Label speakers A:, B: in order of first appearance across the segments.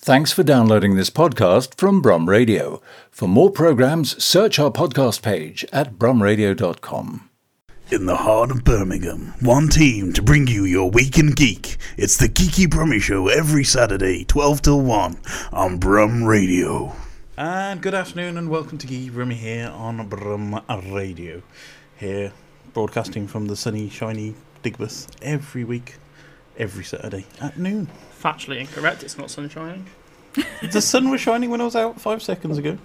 A: Thanks for downloading this podcast from Brum Radio. For more programs, search our podcast page at brumradio.com.
B: In the heart of Birmingham, one team to bring you your weekend geek. It's the Geeky Brummy Show every Saturday, 12 till 1 on Brum Radio.
C: And good afternoon, and welcome to Gee Rummy here on Brum Radio. Here, broadcasting from the sunny, shiny Digbus every week, every Saturday at noon.
D: Factually incorrect, it's not sunshining.
C: the sun was shining when I was out five seconds ago.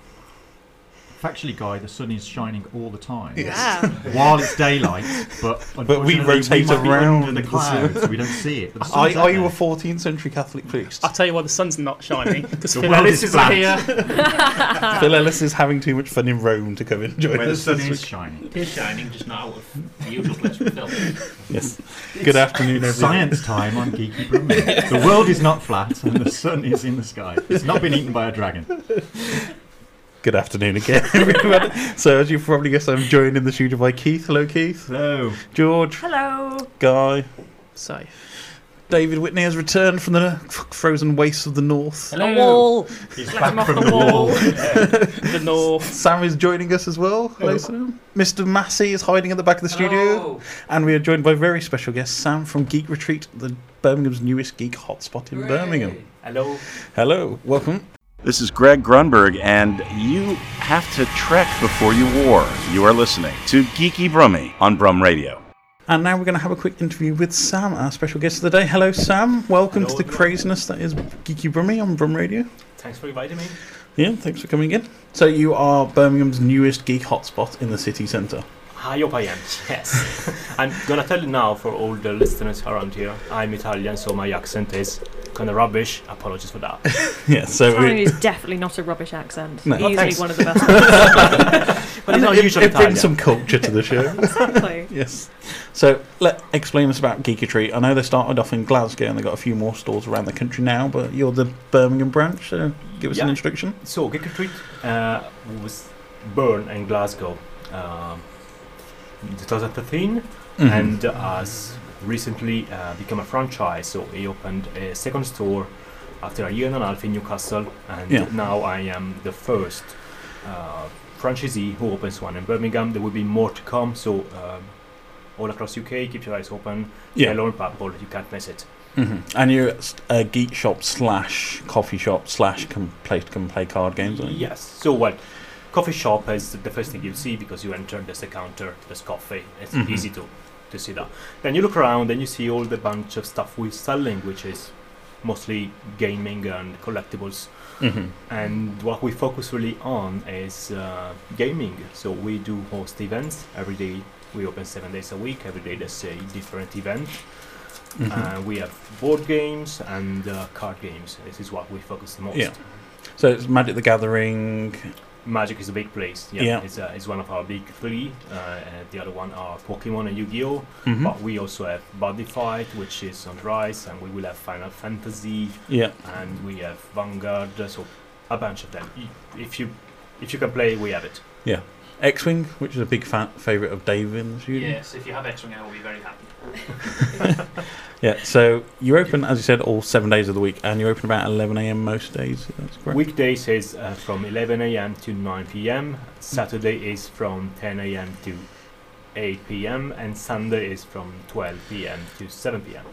E: Factually, Guy, the sun is shining all the time
F: Wow.
E: while it's daylight, but
C: But we
E: unfortunately,
C: rotate
E: might be
C: around
E: under the
C: the sun.
E: clouds. we don't see it. But the
C: Are,
E: sun's
C: are
E: out
C: you
E: there.
C: a 14th century Catholic priest?
D: I'll tell you why the sun's not shining, because
E: The
D: Phil
E: world
D: Ellis
E: is
D: is
E: flat.
D: here.
C: Phil Ellis is having too much fun in Rome to come and join
E: Where the
C: us.
E: sun
C: this
E: is
C: week.
E: shining.
G: It is shining, just not out of the usual place we film.
C: Yes. Good afternoon, everyone.
E: Science time on Geeky Brummy. the world is not flat and the sun is in the sky. It's not been eaten by a dragon.
C: Good afternoon again, everybody. so, as you probably guess, I'm joined in the studio by Keith. Hello, Keith.
E: So,
C: George.
F: Hello.
C: Guy.
D: Safe.
C: David Whitney has returned from the f- frozen wastes of the north.
G: Hello.
E: he's
D: Let him
E: back
D: off
E: from
D: the
E: the
D: wall.
E: wall.
D: the north.
C: Sam is joining us as well. Hello, Sam. Mr. Massey is hiding at the back of the studio.
G: Hello.
C: And we are joined by very special guest, Sam from Geek Retreat, the Birmingham's newest geek hotspot in Birmingham.
G: Hello.
C: Hello, welcome.
H: This is Greg Grunberg, and you have to trek before you war. You are listening to Geeky Brummy on Brum Radio.
C: And now we're going to have a quick interview with Sam, our special guest of the day. Hello, Sam. Welcome to the craziness that is Geeky Brummy on Brum Radio.
G: Thanks for inviting me.
C: Yeah, thanks for coming in. So, you are Birmingham's newest geek hotspot in the city centre.
G: Hi up I am. Yes. I'm gonna tell you now for all the listeners around here, I'm Italian, so my accent is kinda rubbish. Apologies for that.
C: Yeah, so.
F: Italian is definitely not a rubbish accent.
C: No.
F: Easily
G: thanks.
F: one of the best.
G: But it's not
C: it,
G: usually
C: it
G: Italian.
C: brings some culture to the show.
F: exactly.
C: Yes. So let explain us about Geeketry. I know they started off in Glasgow and they've got a few more stores around the country now, but you're the Birmingham branch, so give us an
G: Yeah.
C: introduction.
G: So Geek Retreat uh, was born in Glasgow um in 2013
C: Mm-hmm.
G: and has recently uh, become a franchise. So he opened a second store after a year and a half in Newcastle, and
C: Yeah.
G: now I am the first uh, franchisee who opens one in Birmingham. There will be more to come. So. Um, all across UK, keep your eyes open.
C: Yeah.
G: Yellow and purple, you can't miss it.
C: Mhm. And you're at a geek shop slash coffee shop slash can play can play card games. Aren't you?
G: Yes. So well, coffee shop is the first thing you see because you enter. There's a counter. There's coffee. It's
C: Mhm.
G: easy to to see that. Then you look around and you see all the bunch of stuff we're selling, which is mostly gaming and collectibles.
C: Mhm.
G: And what we focus really on is uh, gaming. So we do host events every day. We open seven days a week. Every day there's a different event.
C: Mhm.
G: Uh, we have board games and uh, card games. This is what we focus the most.
C: Yeah. So it's Magic the Gathering.
G: Magic is a big place. Yeah,
C: Yeah.
G: It's, uh, it's one of our big three. Uh, and the other one are Pokemon and Yu-Gi-Oh.
C: Mhm.
G: But we also have Body Fight, which is on the rise, and we will have Final Fantasy,
C: Yeah.
G: and we have Vanguard. So a bunch of them. Y- If you if you can play, we have it.
C: X Wing, which is a big fa- favourite of Dave in the studio.
G: Yes, if you have X-Wing, I will be very happy.
C: Yeah, So you open, as you said, all seven days of the week, and you open about 11 a.m. most days. if That's correct.
G: Weekdays is uh, from 11 a.m. to 9 p.m. Saturday is from 10 a.m. to 8 p.m. and Sunday is from 12 p.m. to 7 p.m.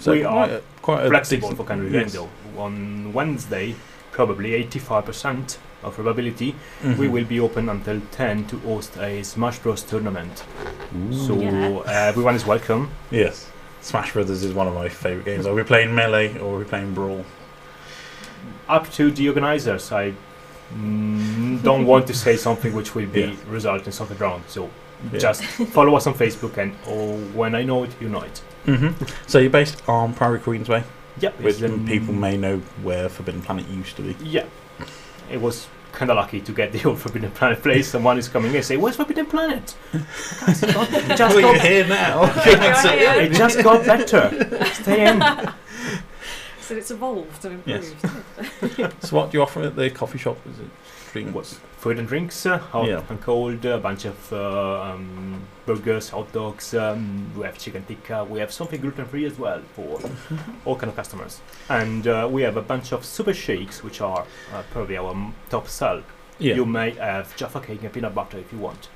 C: so
G: we
C: quite
G: are
C: a, quite a
G: flexible
C: decent-
G: for Canary
C: yes.
G: window. On Wednesday, probably 85% of probability, we
C: Mhm.
G: will be open until 10 to host a Smash Bros tournament. So
F: Yeah.
G: uh, everyone is welcome.
C: Yes. Smash Brothers is one of my favourite games. Are we playing Melee or are we playing Brawl?
G: Up to the organizers. I mm, don't want to say something which will be
C: Yeah.
G: result in something wrong. So
C: Yeah.
G: just follow us on Facebook and oh, when I know it, you know it.
C: hmm So you're based on Priory Queensway,
G: Yep.
C: which
G: it's, um,
C: people may know where Forbidden Planet used to be.
G: Yeah. It was kind of lucky to get the old Forbidden Planet place. Someone is coming in and say, Where's Forbidden Planet? Guys, it got- it just, got,
C: here now.
F: Right, yeah.
G: it just got better. Stay in.
F: it's, it's evolved and
C: Yes.
F: improved.
C: So what do you offer at the coffee shop? Is it drinks?
G: What's- Food and drinks, uh, hot
C: Yeah.
G: and cold, a bunch of uh, um, burgers, hot dogs. Um, we have chicken tikka. We have something gluten free as well for all kind of customers. And uh, we have a bunch of super shakes, which are uh, probably our m- top sell.
C: yeah.
G: You may have jaffa cake and peanut butter if you want.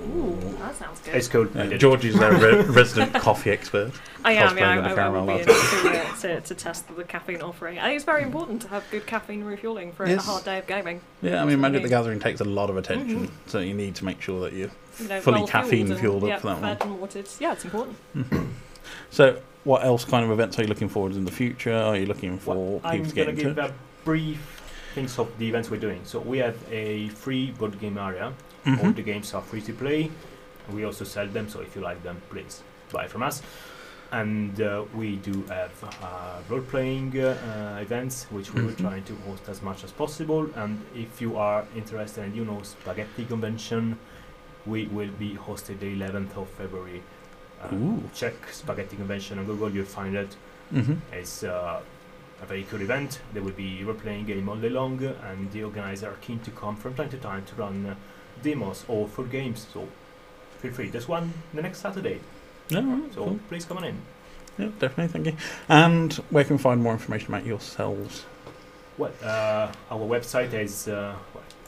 F: Ooh, that sounds good.
G: It's cold.
C: Yeah,
G: blended.
C: George is our re- resident coffee expert.
F: I am,
C: Cosplay
F: yeah, I,
C: with a
F: I, I
C: caramel
F: would be
C: latte.
F: interested yeah, to, to test the caffeine offering. I think it's very important to have good caffeine refueling for
C: Yes.
F: a hard day of gaming. Mm-hmm.
C: Yeah, I mean, Magic the Gathering takes a lot of attention, so you need to make sure that you.
F: You know,
C: Fully
F: well-fueled
C: caffeine
F: and-
C: fueled up
F: yeah,
C: for that
F: fed and watered. Yeah, it's important.
C: So, what else kind of events are you looking forward to in the future? Are you looking for
G: Well,
C: people
G: I'm
C: to get
G: gonna
C: into?
G: give a brief things of the events we're doing. So we have a free board game area.
C: Mm-hmm.
G: All the games are free to play. We also sell them, so if you like them, please buy from us. And uh, we do have uh, role playing uh, uh, events, which we will
C: Mhm.
G: try to host as much as possible. And if you are interested and you know Spaghetti Convention, we will be hosted the 11th of February. Uh,
C: Ooh.
G: check Spaghetti Convention on Google, you'll find it.
C: hmm
G: It's uh, a very cool event. There will be role-playing game all day long, uh, and the organizers are keen to come from time to time to run uh, demos or full games. So feel free. There's one the next Saturday,
C: Yeah, all right,
G: so
C: cool.
G: please come on in.
C: yeah, definitely. Thank you. And where can we find more information about yourselves?
G: Well, uh, our website is uh,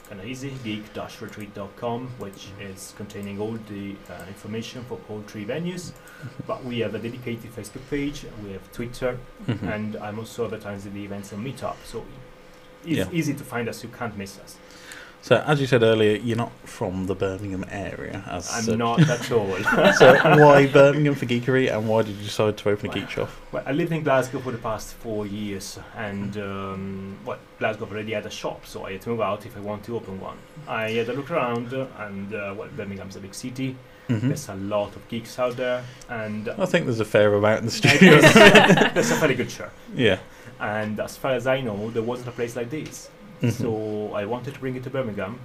G: kind of easy, geek-retreat.com, which is containing all the uh, information for all three venues. but we have a dedicated Facebook page. We have Twitter.
C: Mhm.
G: and I'm also advertising the events on Meetup, so it's
C: Yeah.
G: easy to find us. You can't miss us.
C: So, as you said earlier, you're not from the Birmingham area. As
G: I'm
C: such.
G: not at all.
C: so, why Birmingham for geekery, and why did you decide to open a
G: Well,
C: geek shop?
G: well, I lived in Glasgow for the past four years, and um, well, Glasgow already had a shop, so I had to move out if I want to open one. I had a look around, uh, and uh, well, Birmingham's a big city.
C: hmm
G: There's a lot of geeks out there, and
C: I think there's a fair amount in the studio.
G: there's there's a fairly good share.
C: yeah.
G: And as far as I know, there wasn't a place like this.
C: Mhm.
G: So I wanted to bring it to Birmingham,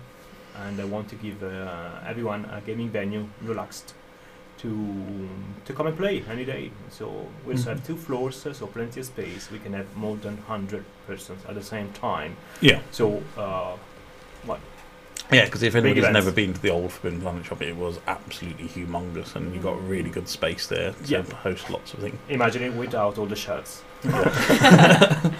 G: and I want to give uh, everyone a gaming venue, relaxed, to to come and play any day. So we
C: Mm-hmm.
G: also have two floors, uh, so plenty of space. We can have more than hundred persons at the same time.
C: Yeah.
G: So uh,
C: Yeah, because if anybody's
G: events.
C: never been to the old Forbidden Planet shop, it was absolutely humongous, and you got really good space there to
G: Yeah.
C: host lots of things.
G: imagine it without all the shelves.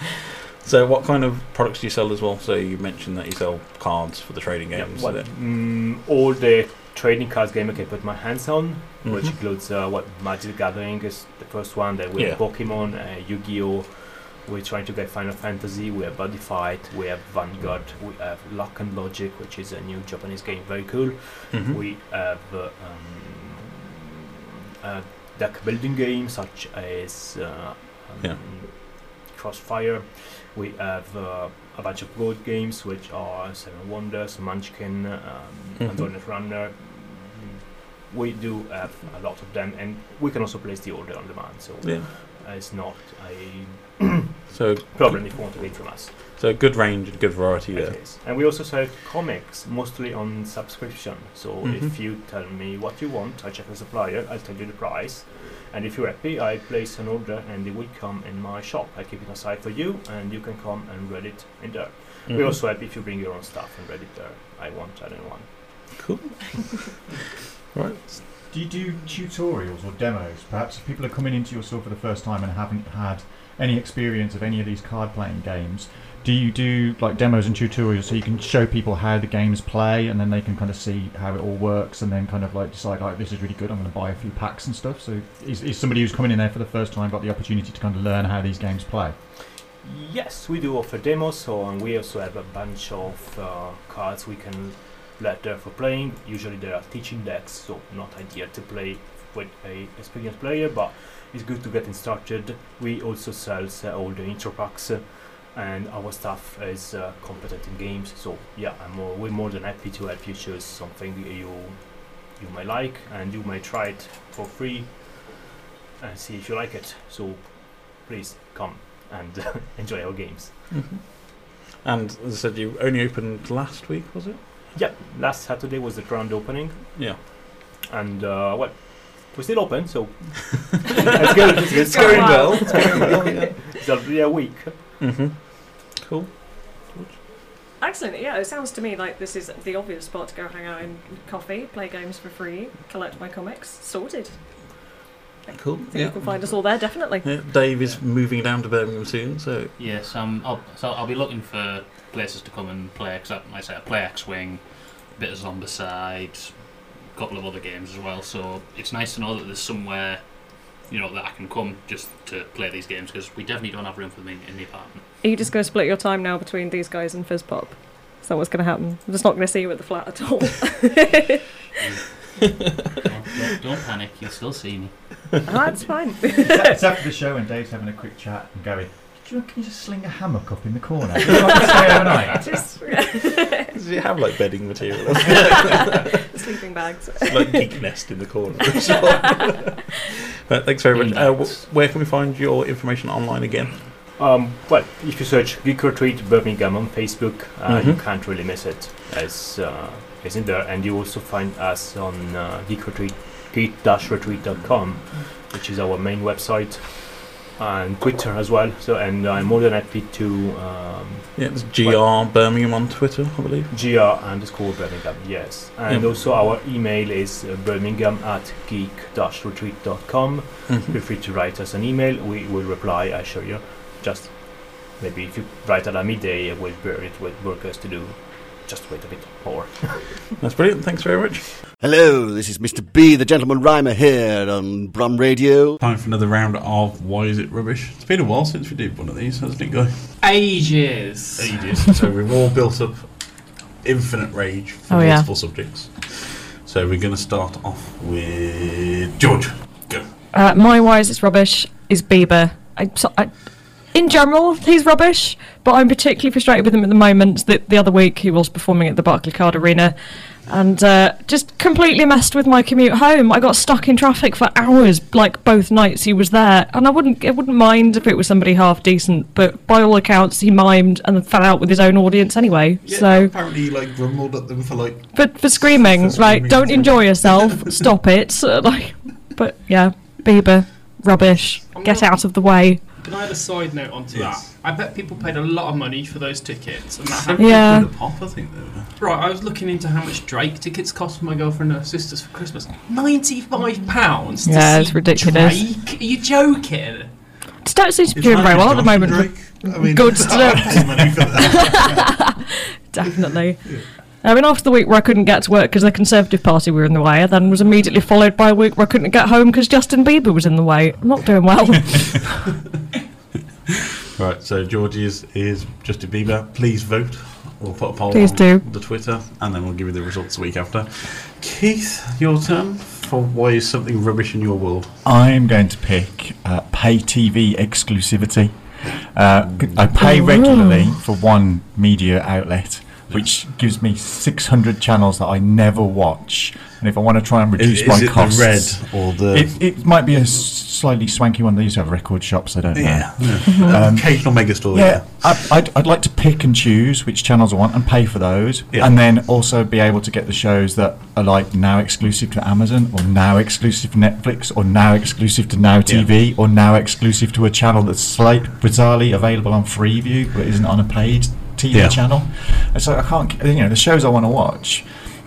C: So, what kind of products do you sell as well? So, you mentioned that you sell cards for the trading
G: Yeah,
C: games.
G: well,
C: there.
G: mm, all the trading cards game I can put my hands on, which
C: Mhm.
G: includes uh, what Magic the Gathering is the first one. Then we have
C: Yeah.
G: Pokemon, uh, Yu-Gi-Oh. We're trying to get Final Fantasy. We have Buddy Fight. We have Vanguard. We have Lock and Logic, which is a new Japanese game, very cool.
C: Mhm.
G: We have uh, um, a deck building game such as uh, um,
C: Yeah.
G: Crossfire. We have uh, a bunch of board games which are Seven Wonders, Munchkin, um,
C: Mhm.
G: Android Runner. We do have a lot of them, and we can also place the order on demand, so
C: yeah.
G: uh, it's not a
C: So,
G: problem if you want to read from us.
C: so good range and good variety
G: It
C: there.
G: is. And we also sell comics, mostly on subscription. So
C: Mhm.
G: if you tell me what you want, I check the supplier, I'll tell you the price. And if you're happy, I place an order and it will come in my shop. I keep it aside for you and you can come and read it in there. We
C: Mhm.
G: also have if you bring your own stuff and read it there. I want, I don't want.
C: cool. right.
E: Do you do tutorials or demos? Perhaps if people are coming into your store for the first time and haven't had any experience of any of these card playing games, do you do like demos and tutorials so you can show people how the games play and then they can kind of see how it all works and then kind of like decide like this is really good I'm going to buy a few packs and stuff. So is, is somebody who's coming in there for the first time got the opportunity to kind of learn how these games play?
G: Yes, we do offer demos, so and we also have a bunch of uh, cards we can let there for playing. Usually there are teaching decks, so not ideal to play with a experienced player, but it's good to get instructed. We also sell uh, all the intro packs, uh, and our staff is uh, competent in games, so yeah, I'm more, we're more than happy to help you choose something you you may like, and you may try it for free and Uh, see if you like it. So please come and enjoy our games.
C: Mhm. And as I said, you only opened last week, was it?
G: Yeah, last Saturday was the grand opening,
C: Yeah.
G: and uh, well, we're still open, so it's good. It's, good.
F: It's going well.
G: It's going well, yeah. That'll be a week.
C: Mm-hmm. Cool.
F: Excellent. Yeah, it sounds to me like this is the obvious spot to go hang out and coffee, play games for free, collect my comics. Sorted.
C: Cool.
F: I think
C: Yeah.
F: you can find us all there, definitely.
C: yeah. Dave is moving down to Birmingham soon, so
I: Yes, um, I'll, so I'll be looking for places to come and play. Cause I, like I said, I play X-wing, bit of Zombicide, a couple of other games as well. So it's nice to know that there's somewhere, you know, that I can come just to play these games because we definitely don't have room for them in, in the apartment.
F: Are you just going to split your time now between these guys and Fizzpop? Is that what's going to happen? I'm just not going to see you at the flat at all.
I: don't, don't- don't panic, you'll still see me.
F: Oh, That's fine.
E: it's after the show and Dave's having a quick chat and going, "Do you reckon you just sling a hammock up in the corner? Would you like to stay overnight?"
F: just
C: does it have like bedding material?
F: sleeping bags.
C: like geek nest in the corner. but thanks very much. Uh, wh- where can we find your information online again?
G: Um, well, if you search Geek Retreat Birmingham on Facebook, uh, you
C: Mhm.
G: can't really miss it. It's, uh, it's in there, and you also find us on uh, Geek Retreat, geek-retreat.com, which is our main website, and Twitter as well. So, and I'm more than happy to um,
C: Yeah, it's GR Birmingham on Twitter, I believe.
G: gr underscore Birmingham. Yes, and
C: Yeah.
G: also our email is uh, Birmingham at geek-retreat.com. feel free to write us an email. We will reply, I assure you. Just maybe if you write at a midday, we'll bury it with workers to do. Just wait a bit more.
C: That's brilliant. Thanks very much.
J: Hello, this is Mr. B, the gentleman rhymer here on Brum Radio.
C: Time for another round of Why Is It Rubbish? It's been a while since we did one of these, hasn't it, Guy?
I: Ages.
C: Ages. so we've all built up infinite rage for
K: Oh, yeah.
C: multiple subjects. So we're going to start off with George. Go.
K: Uh, my why is it's rubbish is Bieber. I, so, I, in general, he's rubbish, but I'm particularly frustrated with him at the moment. The, the other week, he was performing at the Barclaycard Arena and uh, just completely messed with my commute home. I got stuck in traffic for hours, like both nights he was there, and I wouldn't I wouldn't mind if it was somebody half decent, but by all accounts, he mimed and fell out with his own audience anyway. so
C: apparently, he, like grumbled at them for like
K: but for screaming,
C: For screaming,
K: like, don't
C: sorry.
K: enjoy yourself. Stop it. Uh, like, but yeah, Bieber, rubbish.
I: I'm
K: Get
I: not-
K: out of the way.
I: Can I have a side note onto
C: Yes.
I: that? I bet people paid a lot of money for those tickets. And that happened.
K: Yeah.
C: the pop. I think though.
I: Right, I was looking into how much Drake tickets cost for my girlfriend and her sisters for Christmas. Ninety-five pounds.
K: Yeah,
I: to
K: it's
I: see
K: ridiculous.
I: Drake? Are you joking?
K: Just don't seem to be doing very well at the moment.
C: I mean,
K: Good stuff.
C: money for that.
K: Definitely. I mean, after the week where I couldn't get to work because the Conservative Party were in the way, I then was immediately followed by a week where I couldn't get home because Justin Bieber was in the way. I'm not doing well.
C: Right, so Georgie is, is Justin Bieber. Please vote. We'll put a poll
K: Please
C: on
K: do.
C: the Twitter, and then we'll give you the results the week after. Keith, your turn for why is something rubbish in your world?
E: I'm going to pick uh, pay TV exclusivity. Uh, c- I pay regularly for one media outlet, which gives me 600 channels that I never watch. And if I want to try and reduce my costs,
C: the red or the?
E: It, it might be a s- slightly swanky one. They used to have record shops. I don't know. Um,
C: yeah, yeah. occasional megastore.
E: Yeah, I- I'd, I'd like to pick and choose which channels I want and pay for those,
C: Yeah.
E: and then also be able to get the shows that are like now exclusive to Amazon or now exclusive to Netflix or now exclusive to Now TV or now exclusive to a channel that's slight bizarrely available on Freeview but isn't on a paid TV
C: Yeah.
E: channel. And so I can't, you know, the shows I want to watch,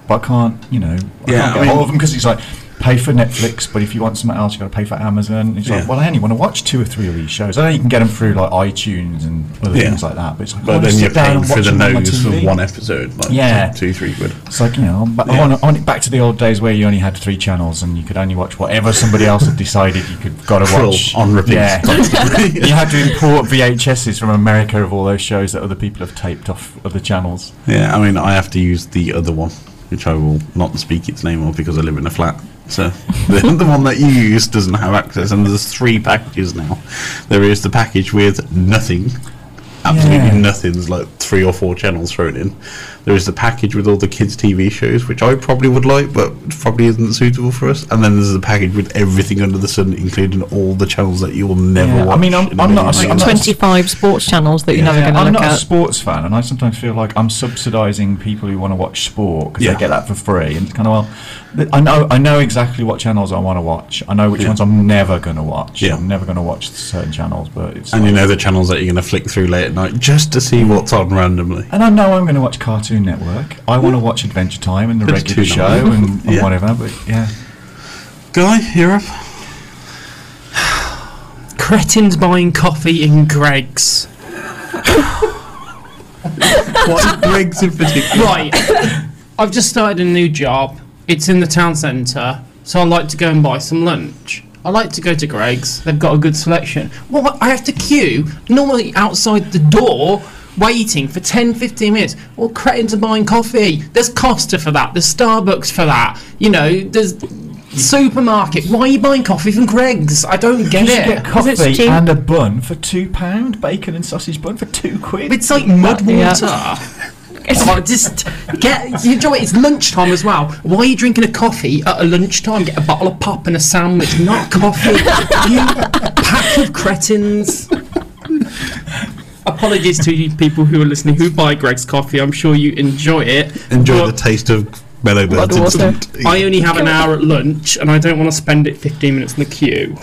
E: but I can't, you know, I
C: Yeah,
E: can't
C: I
E: get
C: mean-
E: all of them because it's like. Pay for Netflix, but if you want something else, you've got to pay for Amazon. It's
C: Yeah.
E: like, well, I only want to watch two or three of these shows. I know you can get them through like iTunes and other
C: Yeah.
E: things like that, but it's like, I
C: But
E: wanna
C: then
E: sit
C: you're
E: down
C: paying
E: and
C: for
E: watch
C: the
E: them on my
C: nose
E: TV.
C: for one episode, like
E: Yeah.
C: two, three quid.
E: It's like you know, I'm ba-
C: Yeah.
E: I, want, I want it back to the old days where you only had three channels and you could only watch whatever somebody else had decided you could got to
C: Krill
E: watch
C: on repeat.
E: Yeah. you had to import VHSs from America of all those shows that other people have taped off other channels.
C: Yeah, I mean, I have to use the other one, which I will not speak its name of because I live in a flat. So the, the one that you use doesn't have access, and there's three packages now. There is the package with nothing, absolutely
E: Yeah.
C: nothing. There's like three or four channels thrown in. There is the package with all the kids' TV shows, which I probably would like, but probably isn't suitable for us. And then there's the package with everything under the sun, including all the channels that you will never
E: Yeah, I
C: watch.
E: mean, I'm-
C: in a
E: I'm not a-
C: million
E: I'm
C: years.
E: not a
K: 25 sports channels that you're never
E: Yeah,
K: going to
E: I'm
K: look
E: not a
K: at.
E: sports fan, and I sometimes feel like I'm subsidising people who want to watch sport because
C: Yeah.
E: they get that for free. And it's kind of well, I know I know exactly what channels I want to watch. I know which ones I'm never going to watch. I'm never going to watch certain channels, but it's
C: And you
E: like-
C: know the channels that you're going to flick through late at night just to see what's on randomly.
E: And I know I'm going to watch Cartoon Network. I want to watch Adventure Time and the
C: That's
E: regular
C: too
E: show
C: long.
E: and, and
C: Yeah.
E: whatever. But yeah,
C: Guy, you're up.
L: Cretins buying coffee in Greg's.
C: what Greg's in particular?
L: Right. I've just started a new job. It's in the town centre, so I like to go and buy some lunch. I like to go to Greg's. They've got a good selection. Well, I have to queue normally outside the door, waiting for 10, 15 minutes. Well, cretins are buying coffee. There's Costa for that. There's Starbucks for that. You know, there's supermarket. Why are you buying coffee from Greg's? I don't get
E: you
L: it.
E: should get coffee and a bun for two pound, bacon and sausage bun for two quid.
L: It's like mud water. Oh, just get you enjoy it. It's lunchtime as well. Why are you drinking a coffee at a lunchtime? Get a bottle of pop and a sandwich, not coffee. you pack of cretins. Apologies to you people who are listening who buy Greg's coffee. I'm sure you enjoy it.
C: Enjoy the taste of mellow birds instant.
L: I only have an hour at lunch, and I don't want to spend it 15 minutes in the queue.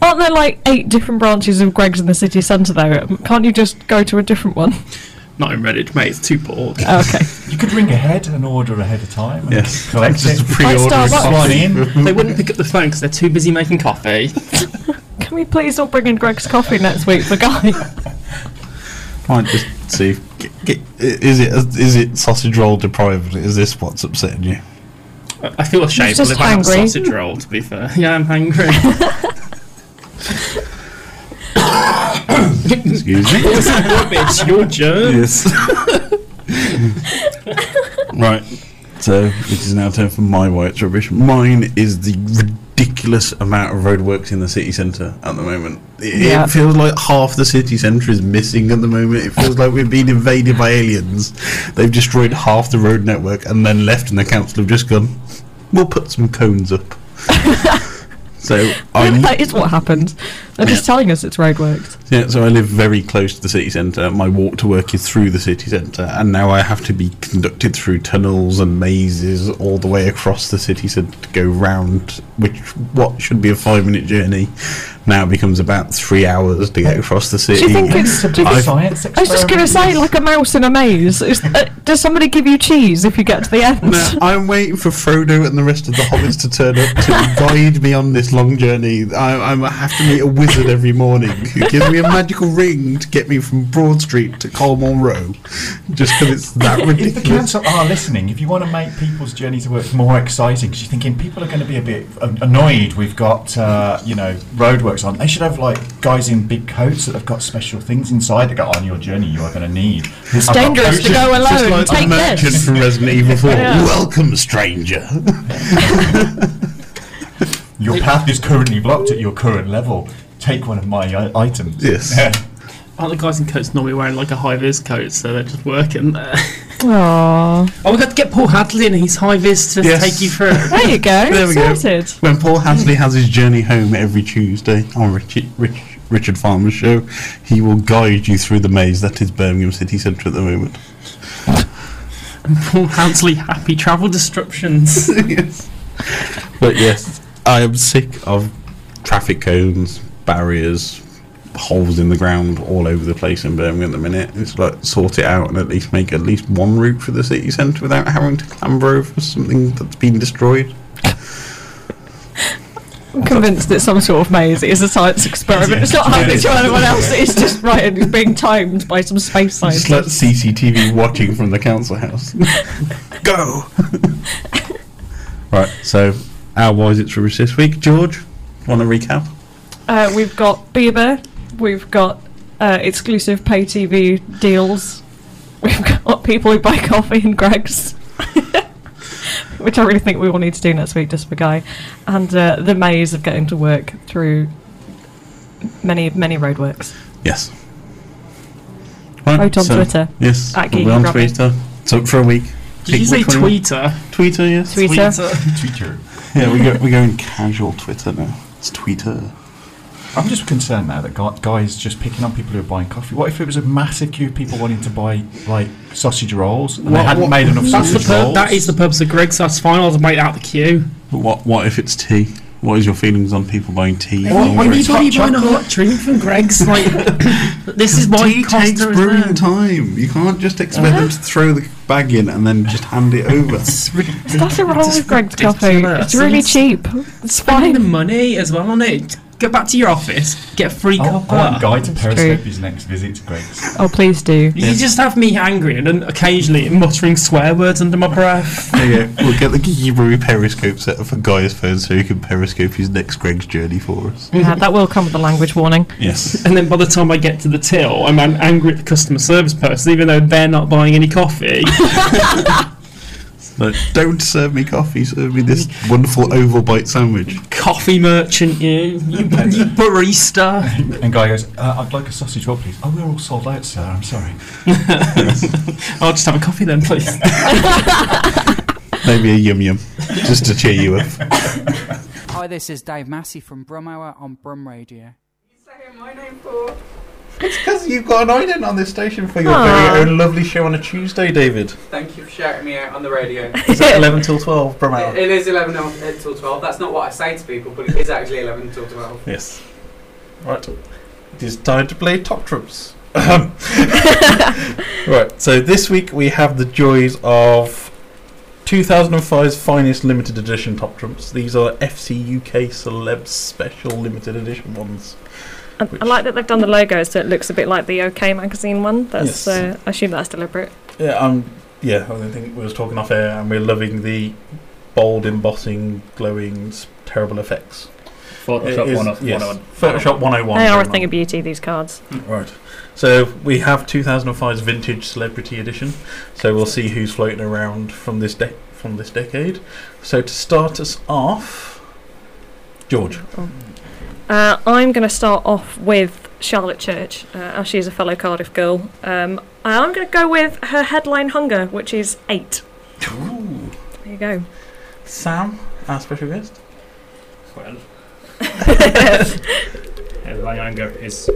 F: Aren't there like eight different branches of Greg's in the city centre though? Can't you just go to a different one? Oh,
L: Not in Reddit, mate. It's too bored.
F: Okay.
E: You could ring ahead and order ahead of time. And
C: Yes.
E: collect
L: Just
E: it.
L: pre-ordering
E: Swan
L: coffee.
E: in.
L: They wouldn't pick up the phone because they're too busy making coffee.
F: Can we please all bring in Greg's coffee next week for Guy?
C: Might just see. Get, get, is it is it sausage roll deprived? Is this what's upsetting you?
L: I I feel ashamed
F: just
L: if I have
F: hangry.
L: sausage roll. To be fair, yeah, I'm hungry.
C: Excuse me.
L: this is rubbish. You're a jerk.
C: Yes. right. So it is now time for my why it's rubbish. Mine is the ridiculous amount of roadworks in the city centre at the moment. It,
M: Yeah.
C: it feels like half the city centre is missing at the moment. It feels like we've been invaded by aliens. They've destroyed half the road network and then left, and the council have just gone. We'll put some cones up. so I'm
F: that is what happens. They're just telling us it's roadworks.
C: yeah, so I live very close to the city centre. My walk to work is through the city centre, and now I have to be conducted through tunnels and mazes all the way across the city centre to go round, which what should be a five-minute journey now becomes about three hours to get across the
F: Do
C: city.
F: you think it's? do you think-
E: science
F: I was just going to say, like a mouse in a maze. Is, uh, does somebody give you cheese if you get to the end?
C: No, I'm waiting for Frodo and the rest of the hobbits to turn up to guide me on this long journey. I, I'm- I have to meet a wizard every morning who gives me a magical ring to get me from Broad Street to Colmore Row, just because it's that
E: If the
C: ridiculous.
E: council are listening, if you want to make people's journey to work more exciting, because you're thinking people are going to be a bit an- annoyed, we've got uh, you know roadworks on. They should have like guys in big coats that have got special things inside that go on your journey. You are going to need. It's
F: dangerous to go alone.
C: Just like
F: Take
C: the merchant
F: this.
C: from Resident Evil 4.
F: Yeah.
C: Welcome, stranger.
E: Your path is currently blocked at your current level. Take one of my I- items.
C: Yes.
L: Aren't the guys in coats normally wearing like a high vis coat, so they're just working there?
F: Aww.
L: Oh, we got to get Paul Hadley in his high vis to
C: Yes.
L: take you through.
F: There you go.
C: There we go.
F: Sorted.
C: When Paul Hasley has his journey home every Tuesday on Richard, Rich, Richard Farmer's show, he will guide you through the maze that is Birmingham City Centre at the moment.
L: Paul Hadley, happy travel disruptions.
C: yes. But yes, I am sick of traffic cones, barriers, holes in the ground all over the place in Birmingham at the minute. It's like sort it out and at least make at least one route for the city centre without having to clamber over something that's been destroyed.
F: I'm convinced that some sort of maze is a science experiment. It's not
C: Yeah.
F: happening to
C: Yeah.
F: anyone else. It's just right and it's being timed by some space
C: Just
F: scientist.
C: like CCTV watching from the council house. Go! right, so our wise it's rubbish this week. George, want to recap?
F: Uh, we've got Bieber. We've got uh, exclusive pay TV deals. We've got people who buy coffee in Greg's, which I really think we all need to do next week just for Guy. And uh, the maze of getting to work through many, many roadworks.
C: Yes. Right,
F: Vote on Twitter.
C: Yes.
F: At
C: we'll
F: Geeky
C: be on
F: Grubby.
C: Twitter. So for a week.
L: Did you
C: Pick
L: say
C: which one you-
L: tweeter?
C: Tweeter, yes.
F: Tweeter.
E: Tweeter.
C: Yeah, we go, we're going casual Twitter now. It's Twitter.
E: I'm just concerned now that gu- guys just picking up people who are buying coffee. What if it was a massive queue of people wanting to buy like sausage rolls and they
L: What-
E: hadn't
L: what-
E: made enough
L: that's the
E: sausage
L: pur-
E: rolls?
L: That is the purpose of Greg's. That's fine. I'll just wait out the queue.
C: But what what if it's tea? What is your feelings on people buying tea?
L: Why-
C: or
L: why
C: drinks?
L: are you buying a hot drink from Greg's? Like, this is why
C: tea
L: Costa
C: takes
L: is
C: brewing
L: there.
C: time. You can't just expect them to throw the bag in and then just hand it over.
K: There's nothing wrong with Greg's coffee. It's really cheap. It's
L: Spending the money as well on it. Go back to your office. Get a free
E: I want-
L: copper.
E: I want Guy to periscope
L: true.
E: his next visit to Greg's.
K: Oh, please do.
L: You just have me angry and then occasionally muttering swear words under my breath.
C: There you go. We'll get the Geeky Brewery Periscope set up for Guy's phone so he can periscope his next Greg's journey for us.
K: Yeah, that will come with a language warning.
C: Yes.
L: And then by the time I get to the till, I'm, I'm angry at the customer service person, even though they're not buying any coffee.
C: Like, don't serve me coffee, serve me this wonderful oval bite sandwich.
L: coffee merchant, you, you, you barista.
E: And Guy goes, uh, I'd like a sausage roll, please. Oh, we're all sold out, sir. I'm sorry.
L: I'll just have a coffee then, please.
C: Maybe a yum yum, just to cheer you up.
N: Hi, this is Dave Massey from Brum Hour on Brum Radio.
C: It's because you've got an ident on this station for
N: your very Aw.
C: own lovely show on a Tuesday, David.
N: Thank you for shouting me out on the radio.
C: Is that 11 till 12 from hour?
N: It is 11 on- uh, till 12. That's not what I say to people, but it is actually 11 till 12.
C: Yes. Right. It is time to play Top Trumps. right, so this week we have the joys of 2005's finest limited edition Top Trumps. These are FC UK Celeb Special Limited Edition ones.
F: I, I like that they've done the logo so it looks a bit like the OK magazine one. That's
C: Yes.
F: uh, I assume that's deliberate.
C: Yeah, um, yeah, I think we was talking off air, and we're loving the bold embossing, glowing, s- terrible effects.
I: Photoshop
C: It is-
I: 101.
C: yes, Photoshop 101.
F: They are a
C: going
F: thing
C: on.
F: of beauty. These cards.
C: Right. So we have 2005's vintage celebrity edition. So we'll see who's floating around from this de- from this decade. So to start us off, George.
F: Uh, I'm going to start off with Charlotte Church, uh, as she is a fellow Cardiff girl. Um, and I'm going to go with her headline hunger, which is eight. There you go.
C: Sam, our special guest.
G: Well, and my anger is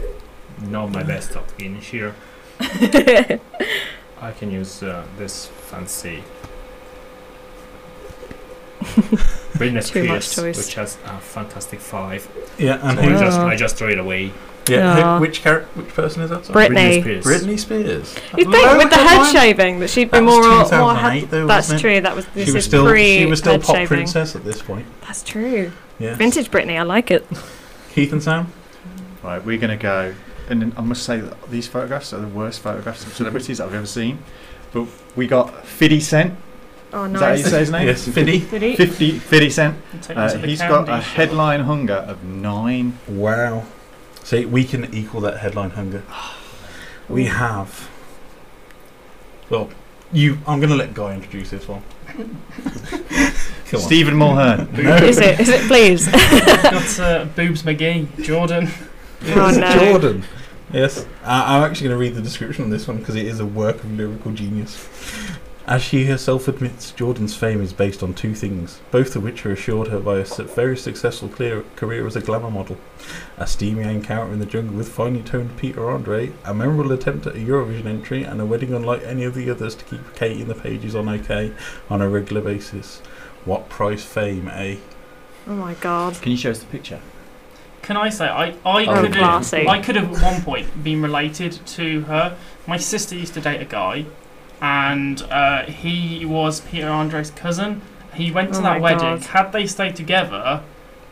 G: not my best of in here. I can use uh, this fancy Britney
F: Too much
G: Spears,
F: choice.
G: which has a fantastic five.
C: Yeah, and
G: so I
C: who-
G: just
F: Ah.
G: I just throw it away.
C: Yeah.
F: Ah.
C: Who, which char- Which person is that? sorry?
F: Britney.
G: Britney Spears.
C: Britney Spears.
F: You'd think with the head shaving that she'd be
C: That was
F: more more
C: 2008
F: head.
C: though,
F: that's
C: wasn't it?
F: true. That was this
C: she was
F: is
C: still
F: pre
C: she was still
F: head
C: pop
F: shaving.
C: princess at this point.
F: That's true.
C: Yes.
F: Vintage Britney, I like it.
C: Keith and Sam.
E: Right, we're going to go. And then I must say that these photographs are the worst photographs of celebrities I've ever seen. But we got 50 Cent.
F: Oh,
E: Is that how you
F: nice.
E: say his name?
C: Yes, 50.
F: 50.
E: 50, 50 Cent.
F: Take
E: Uh,
F: him to the
E: he's got a
F: candy shop.
E: headline hunger of nine.
C: Wow. See, we can equal that headline hunger. We have. Well, you. I'm going to let Guy introduce this one. Come on.
E: Stephen Mulhern.
F: Is it? Is it? Please.
D: That's uh, Boobs McGee, Jordan.
F: Oh,
C: It's
F: no.
C: Jordan. Yes. I I'm actually going to read the description on this one because it is a work of lyrical genius. As she herself admits, Jordan's fame is based on two things, both of which are assured her by a su- very successful clear- career as a glamour model, a steamy encounter in the jungle with finely toned Peter Andre, a memorable attempt at a Eurovision entry, and a wedding unlike any of the others to keep Kate in the pages on OK on a regular basis. What price fame, eh?
F: Oh my god.
E: Can you show us the picture?
D: Can I say I, I
C: Oh,
D: could have
F: classy.
D: I could have at one point been related to her. My sister used to date a guy, and uh, he was Peter Andre's cousin. He went to
F: Oh
D: that
F: my
D: wedding.
F: God.
D: Had they stayed together,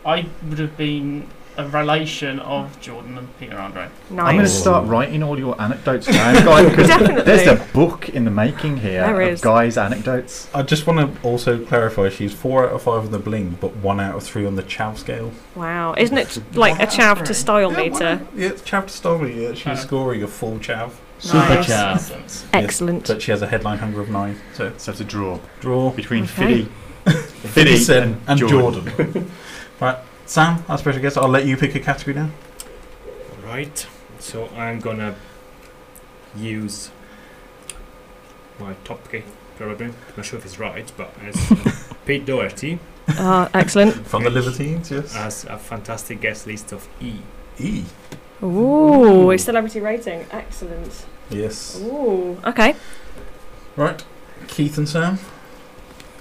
D: I would have been a relation of Jordan and Peter Andre.
F: Nice.
E: I'm going to start writing all your anecdotes now, guy, because
F: Definitely.
E: there's a book in the making here
F: There
E: of
F: is.
E: guys' anecdotes.
C: I just want to also clarify she's four out of five on the bling, but one out of three on the chow scale.
F: Wow. Isn't it like a chav to style meter?
C: Yeah, it's chav to style me. Yeah, she's scoring a full chav.
F: Super Nice. chav. Excellent.
C: but she has a headline hunger of nine. So,
E: So it's a draw.
C: draw
E: Between
F: Okay.
E: Fiddy,
C: Fiddy
E: and,
C: and
E: Jordan.
C: Jordan. right, Sam, our special guest, I'll let you pick a category now.
G: Right. So I'm gonna use my top pick, probably. Not sure if it's right, but it's Pete Doherty.
F: Ah, excellent.
C: From the Libertines, yes.
G: As a fantastic guest list of E.
O: E.
F: Ooh, it's celebrity rating. Excellent.
C: Yes.
F: Ooh, okay.
C: Right, Keith and Sam.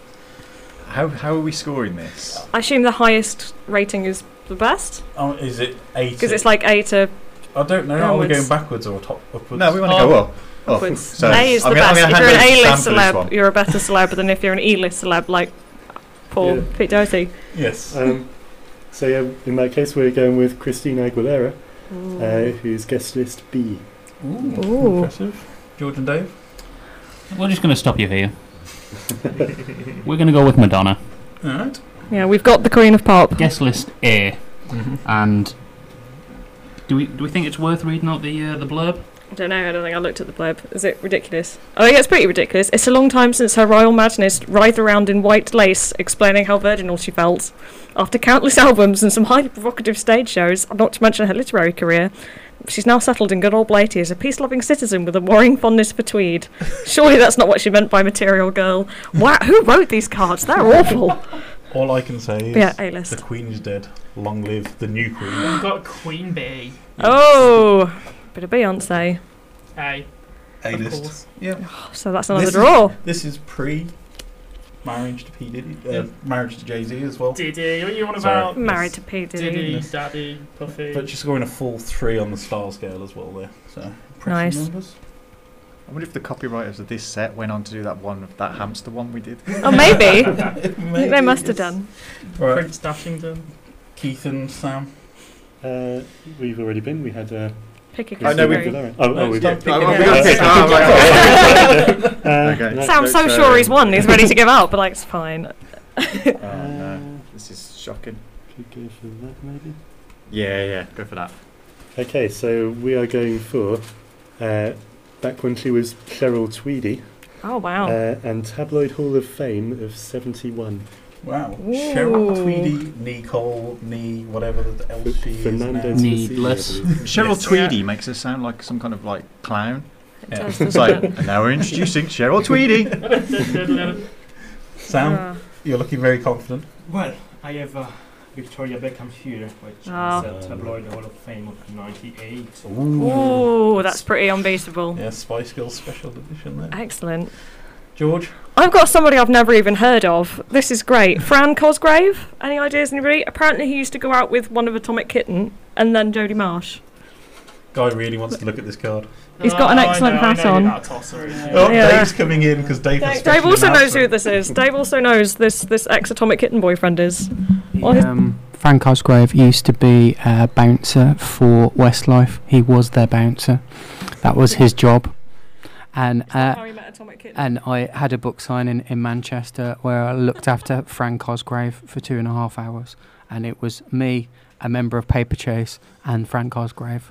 E: How, how are we scoring this?
F: I assume the highest rating is the best
C: Oh, is it eight?
F: because it's like A to.
C: I don't know. Are we
F: Downwards.
C: going backwards or top upwards?
E: No, we want to go up. Up.
F: upwards.
E: So
F: Oh. A is the
E: I'm gonna- I'm
F: best.
E: gonna
F: If you're
E: hand
F: an
E: over to
F: A-list
E: Sam for this
F: celeb,
E: one.
F: you're a better celeb than if you're an E-list celeb like Paul
P: Yeah.
F: Pete Doherty.
C: Yes.
P: Um, so yeah, in that case, we're going with Christina Aguilera, uh, who's guest list B.
C: Ooh,
F: Ooh.
C: impressive. George and Dave.
I: We're just going to stop you here. We're going to go with Madonna.
C: All right.
F: Yeah, we've got the Queen of Pop.
I: Guest list A.
C: Mhm.
I: And do we do we think it's worth reading out the uh, the blurb?
F: I don't know. I don't think I looked at the blurb. Is it ridiculous? Oh, yeah, it's pretty ridiculous. It's a long time since her royal madness writhed around in white lace, explaining how virginal she felt. After countless albums and some highly provocative stage shows, not to mention her literary career, she's now settled in good old Blighty as a peace-loving citizen with a worrying fondness for tweed. Surely that's not what she meant by material girl. Wow, who wrote these cards? They're awful.
C: All I can say is
F: Yeah, A-list.
C: the Queen is dead. Long live the new Queen.
Q: We've got Queen Bee.
F: Oh, bit of Beyonce. Oh,
Q: Hey.
C: A
Q: Of
C: list.
Q: course.
C: Yeah.
F: So that's another
C: This is-
F: draw.
C: this is pre marriage to P Diddy, uh,
Q: Yeah.
C: marriage to Jay Z as well.
Q: Diddy, what you on
C: Sorry.
Q: about?
F: Married to P. Diddy.
Q: Diddy,
C: Yes.
Q: Daddy, Puffy.
C: But she's scoring a full three on the star scale as well there. So impressive
F: Nice.
C: numbers.
E: I wonder if the copywriters of this set went on to do that one, that hamster one we did.
F: Oh, maybe. I think
C: Maybe,
F: they must have
C: yes.
F: done.
C: Right.
Q: Prince Dashington.
C: Keith and Sam.
P: Uh, we've already been. We had. Uh,
F: Pick a
P: Christina
E: Oh, no, we-
P: Aguilera. Oh,
E: No,
P: oh, we
E: stop
P: did.
E: picking Oh, it. we got picked. Oh, right, right, right. Okay.
P: Uh, no, um,
F: Sam's so
E: no,
F: sure
E: so- uh,
F: he's won. He's ready to give up, but like it's fine.
E: Oh, no. This is shocking.
P: Could go for that maybe.
E: Yeah, yeah, go for that.
P: Okay, so we are going for uh, back when she was Cheryl Tweedy.
F: Oh wow.
P: Uh, and Tabloid Hall of Fame of 71.
C: Wow.
F: Ooh.
C: Cheryl Tweedy, Nicole, Nee, whatever the L she is.
P: Fernando
C: now.
P: Tessitore, Needless. I believe.
E: Cheryl
C: Yes.
E: Tweedy makes us sound like some kind of like clown.
C: Yeah. does,
E: It's
C: doesn't
E: like,
C: it?
E: and now we're introducing Cheryl Tweedy.
C: Sam,
Q: Ah.
C: you're looking very confident.
G: Well, I have uh, Victoria Beckham here, which
F: Ah.
G: is a tabloid Hall of Fame of 98.
F: Ooh, that's pretty unbeatable.
C: Yeah, Spice Girls Special Edition there.
F: Excellent.
C: George,
F: I've got somebody I've never even heard of. This is great. Fran Cosgrave. Any ideas, anybody? Apparently, he used to go out with one of Atomic Kitten and then Jodie Marsh.
C: guy really wants to look at this card.
F: He's got an
Q: Oh, I
F: excellent
Q: know, I know
F: hat
Q: you're
F: on.
Q: not a tosser, yeah.
C: Oh,
F: Yeah.
C: Dave's coming in because Dave. has
F: Dave,
C: special
F: Dave also knows who
C: announcement.
F: this is. Dave also knows this this ex Atomic Kitten boyfriend is. Well, his-
N: Um, Frank Cosgrove used to be a bouncer for Westlife. He was their bouncer. That was his job. And
F: how he
N: uh,
F: met Atomic Kitten.
N: and I had a book signing in Manchester where I looked after Frank Cosgrave for two and a half hours, and it was me, a member of Paper Chase, and Frank Cosgrave.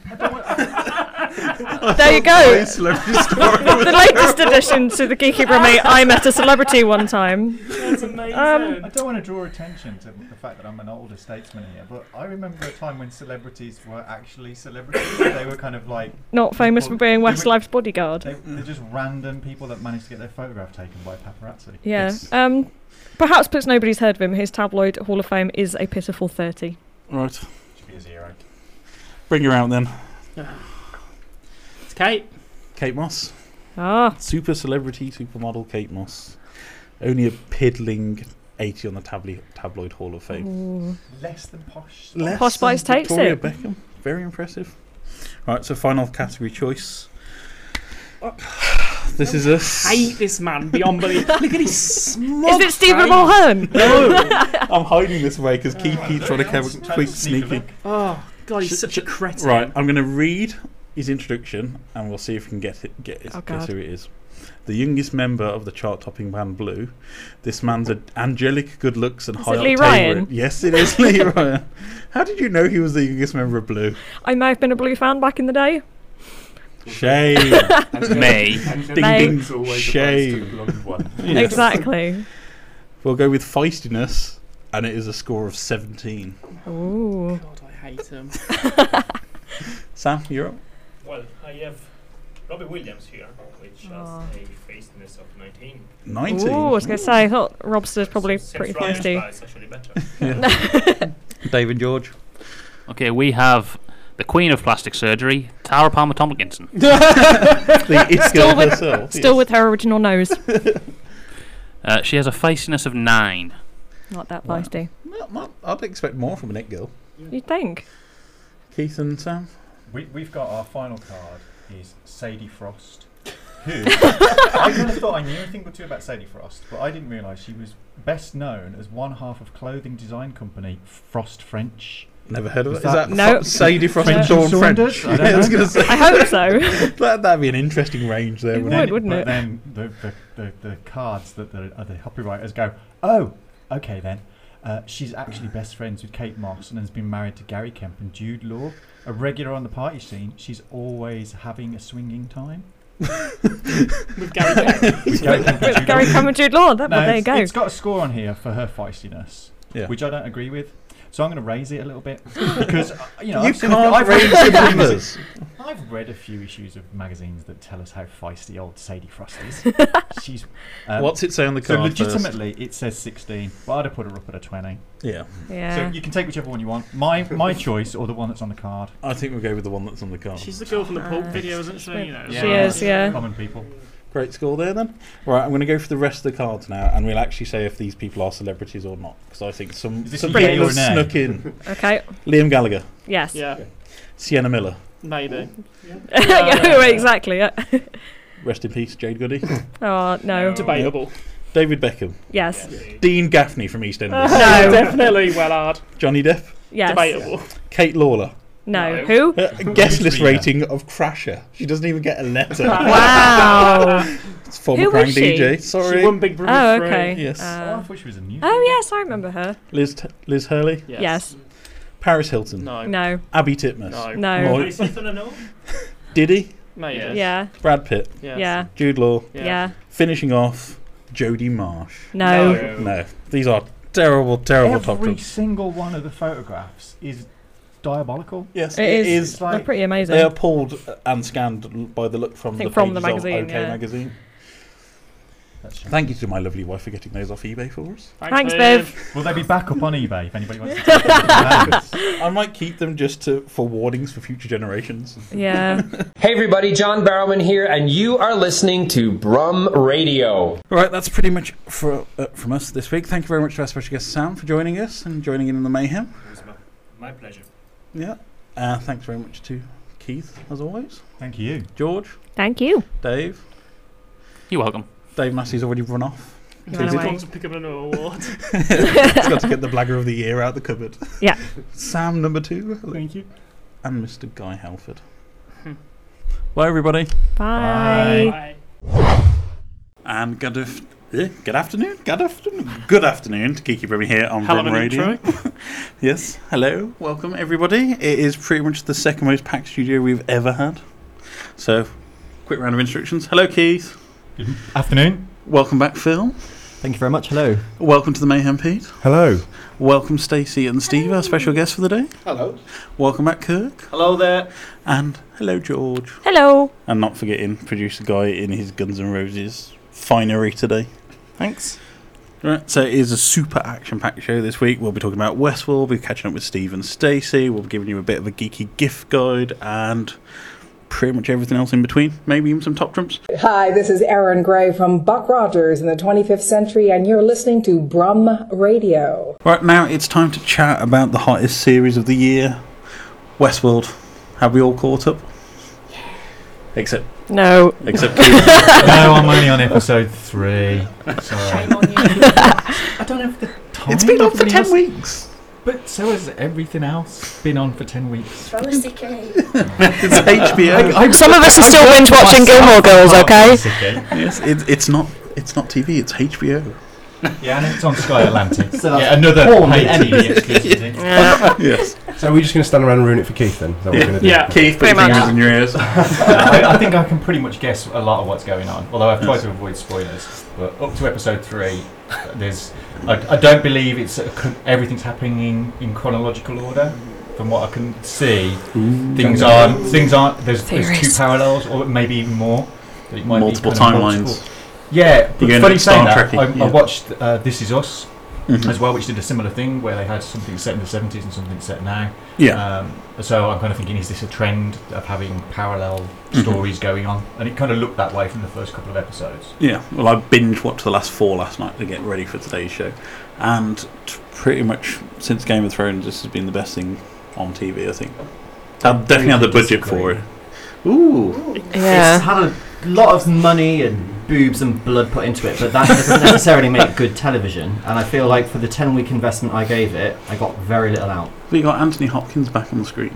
F: there you go.
C: celebrity
F: the latest addition to the Geeky Brummy. I met a celebrity one time. Um,
Q: That's amazing.
E: Um, I don't want to draw attention to the fact that I'm an older statesman here, but I remember a time when celebrities were actually celebrities. they were kind of like
F: Not famous for
E: people-
F: being
E: they were-
F: Westlife's bodyguard.
E: They, they're just random people that managed to get their photograph taken by paparazzi.
F: Yeah. Um, perhaps because nobody's heard of him, his tabloid Hall of Fame is a pitiful 30.
C: Right,
E: Should be a zero.
C: bring her out then.
Q: It's Kate.
C: Kate Moss,
F: Ah,
C: super celebrity, supermodel Kate Moss, only a piddling eighty on the tabli- tabloid Hall of Fame.
E: Less than posh.
C: Less than
F: Posh Spice takes
C: Victoria
F: it.
C: Beckham, very impressive. Right, so final category choice. This is us.
Q: Hate this man beyond belief. Look at his smug
F: Is it Stephen
Q: face.
F: Mulhern?
C: No, I'm hiding this away because Keith keeps trying to keep quick sneaking.
Q: Oh, God, he's such a cretin.
C: Right, I'm going to read his introduction, and we'll see if we can get it, get, it,
Q: Oh,
C: guess
Q: God.
C: who it is. The youngest member of the chart-topping band Blue. This man's an angelic good looks and
F: Is
C: high
F: it Lee
C: octane
F: Ryan?
C: rhythm. Yes, it is Lee Ryan. How did you know he was the youngest member of Blue?
F: I may have been a blue fan back in the day.
C: Shame.
I: May.
C: Ding
F: May.
C: ding.
F: It's
G: always a
C: Shame.
G: bastard blonde one.
C: Yes.
F: Exactly.
C: We'll go with feistiness, and it is a score of 17.
F: Ooh.
Q: God, I hate him.
C: Sam, you're up.
G: Well, I have Robbie Williams here, which
F: Ah.
G: has a faceness of 19.
C: 19.
F: Ooh, I was going to say, I thought Robster's probably
G: Since
F: pretty
G: Ryan's
F: thirsty.
G: bar is actually better.
C: David George.
I: I Okay, we have the Queen of Plastic Surgery, Tara Palmer Tomlinson.
F: still, with, still with her original nose.
I: Uh, she has a feistiness of nine.
F: Not that
C: Wow.
F: feisty.
C: I'd expect more from an it girl.
F: you think?
C: Keith and Sam.
E: We, we've got our final card is Sadie Frost. Who I kind of thought I knew a thing or two about Sadie Frost, but I didn't realise she was best known as one half of clothing design company Frost French.
C: Never heard of
E: Was
C: it. Is that
E: No.
C: Fro- Sadie Frost and
E: French
C: Dawn
E: Saunders?
C: French?
E: I don't
C: Yeah, I was
E: know.
C: going to say.
E: I hope so.
C: that, that'd be an interesting range there.
E: Then-
C: wouldn't
E: but Then the, the, the, the cards that the, uh, the copywriters go, oh, okay then. Uh, she's actually best friends with Kate Moss and has been married to Gary Kemp and Jude Law. A regular on the party scene, she's always having a swinging time. with Gary Kemp.
F: With Gary Kemp and Jude Law, that- well, there you
E: it's-
F: go.
E: It's got a score on here for her feistiness,
C: Yeah.
E: which I don't agree with. So I'm going to raise it a little bit because uh, you know
C: You
E: I've seen a
C: can't
E: few- I've
C: raise
E: read
C: your
E: a few
C: numbers.
E: magazines- I've read a few issues of magazines that tell us how feisty old Sadie Frost is. She's um,
C: What's it say on the
E: So
C: card first?
E: legitimately, it says 16, but I'd have put her up at a 20.
C: Yeah.
F: Yeah.
E: So you can take whichever one you want. My my choice or the one that's on the card.
C: I think we'll go with the one that's on the card.
Q: Oh. She's the girl from the Pulp
F: Uh,
Q: video, isn't she? You know,
F: She is, yeah.
E: Common people.
C: Great score there then. Right, I'm going to go for the rest of the cards now, and we'll actually say if these people are celebrities or not, because I think some,
E: Is this
C: some
E: a yay
C: people
E: or
C: have
E: nay?
C: snuck in.
F: Okay.
C: Liam Gallagher.
F: Yes.
Q: Yeah.
C: Sienna Miller.
Q: Maybe.
F: yeah, exactly. Yeah.
C: Rest in peace, Jade Goody.
F: Oh no.
C: Nope. David Beckham.
F: Yes.
C: Dean Gaffney from EastEnders.
F: No.
Q: Definitely Wellard.
C: Johnny Depp.
F: Yes. Debatable.
C: Kate Lawler.
F: No. Who?
C: A guest list rating of Crasher. She doesn't even get a letter.
F: Wow.
C: it's former
F: Who
C: Krang
F: was she?
C: DJ. Sorry.
F: She won Big Brother Oh, three. okay.
C: Yes.
F: Uh, Oh, I thought
E: she was a new.
F: Oh yes, I remember her.
C: Liz, Liz Hurley.
F: Yes. Yes.
C: Paris Hilton.
F: No. No.
C: Abby Titmus.
F: No. No.
C: Lloyd-
F: Paris Hilton, I know.
C: Diddy.
F: Mate, Yes. yeah.
C: Brad Pitt.
F: Yes. Yeah.
C: Jude Law.
F: Yeah. Yeah.
C: Finishing off, Jodie Marsh.
F: No.
C: No. These are terrible, terrible top
E: Every
C: drops.
E: single one of the photographs is diabolical.
C: Yes,
F: It it is. is.
E: It's
F: They're pretty amazing.
C: They are pulled and scanned by the look from
F: I think
C: the
F: from the
C: pages of
F: magazine,
C: OK
F: yeah.
C: magazine. Thank you to my lovely wife for getting those off eBay for us.
F: Thanks, Thanks, Bev.
E: Will they be back up on eBay if anybody wants to take
C: I might keep them just to, for warnings for future generations.
R: hey, everybody, John Barrowman here, and you are listening to Brum Radio.
C: Right, that's pretty much for, uh, from us this week. Thank you very much to our special guest Sam for joining us and joining in on the mayhem.
I: My pleasure.
C: Yeah. Uh, thanks very much to Keith, as always.
E: Thank you.
C: George,
F: Thank you.
C: Dave.
I: You're welcome.
C: Dave Massey's already run off.
Q: Ran away. Wants to pick up another award.
C: He's got to get the blagger of the year out the cupboard.
F: Yeah.
C: Sam number two. Thank you. And Mr. Guy Halford. Bye, everybody.
F: Bye.
C: And good, af- eh, good afternoon. Good afternoon. Good afternoon to Geeky Brimmy here on
A: Hell of
C: Brum
A: an
C: Radio. yes. Hello. Welcome, everybody. It is pretty much the second most packed studio we've ever had. So, quick round of instructions. Hello, Keith. Good
E: afternoon.
C: Welcome back, Phil. Thank you very much. Hello. Welcome to the Mayhem Pete.
S: Hello.
C: Welcome, Stacey and Steve, our special guests for the day.
S: Hello.
C: Welcome back, Kirk.
S: Hello there.
C: And hello, George.
F: Hello.
C: And not forgetting producer guy in his Guns N' Roses finery today.
Q: Thanks.
C: Right, so it is a super action-packed show this week. We'll be talking about Westworld. We'll be catching up with Steve and Stacey. We'll be giving you a bit of a geeky gift guide and pretty much everything else in between. Maybe even some top trumps.
T: Hi, this is Erin Gray from Buck Rogers in the 25th Century, and you're listening to Brum Radio.
C: Right now, it's time to chat about the hottest series of the year, Westworld. Have we all caught up? Except
F: No.
C: Except
E: no, I'm only on episode three. Shame on you. I don't have the time.
C: It's been on for
E: everybody
C: 10
E: else-
C: weeks.
E: But so has everything else been on for 10 weeks.
C: it's HBO.
E: I- I- Some of us are still
F: binge watching Gilmore Girls, okay?
C: yes, it, it's not. It's not TV. It's HBO.
E: Yeah, and it's on Sky Atlantic.
C: So that's
E: yeah, another
C: all the
E: pay TV
C: enemies.
E: exclusivity.
C: Yeah. Yes.
S: So are we just going to stand around and ruin it for Keith then? Is that what we're going to do?
E: Keith,
S: put your Pretty fingers much.
E: in
C: your ears.
E: I, I think I can pretty much guess a lot of what's going on, although I've tried to avoid spoilers. But up to episode three, there's I, I don't believe it's a con- everything's happening in, in chronological order. From what I can see,
C: Ooh.
E: things aren't things aren't there's, there's two
C: Theories.
E: parallels or maybe even more. that it
C: Multiple
E: kind of
C: timelines.
E: multiple- Yeah,
C: You're
E: but
C: going
E: funny
C: Star
E: saying that.
C: Trek-y,
E: I,
C: yeah.
E: I watched uh, This Is Us
C: Mhm.
E: as well, which did a similar thing where they had something set in the 70s and something set now.
C: Yeah.
E: Um, so I'm kind of thinking, is this a trend of having parallel
C: Mhm.
E: stories going on? And it kind of looked that way from the first couple of episodes.
C: Yeah, well, I binge watched the last four last night to get ready for today's show, and t- pretty much since Game of Thrones, this has been the best thing on TV. I think. I definitely had the budget for it. Ooh.
U: Yeah. It's had a lot of money and boobs and blood put into it, but that doesn't necessarily make good television. And I feel like for the 10 week investment I gave it, I got very little out.
C: But you got Anthony Hopkins back on the screen.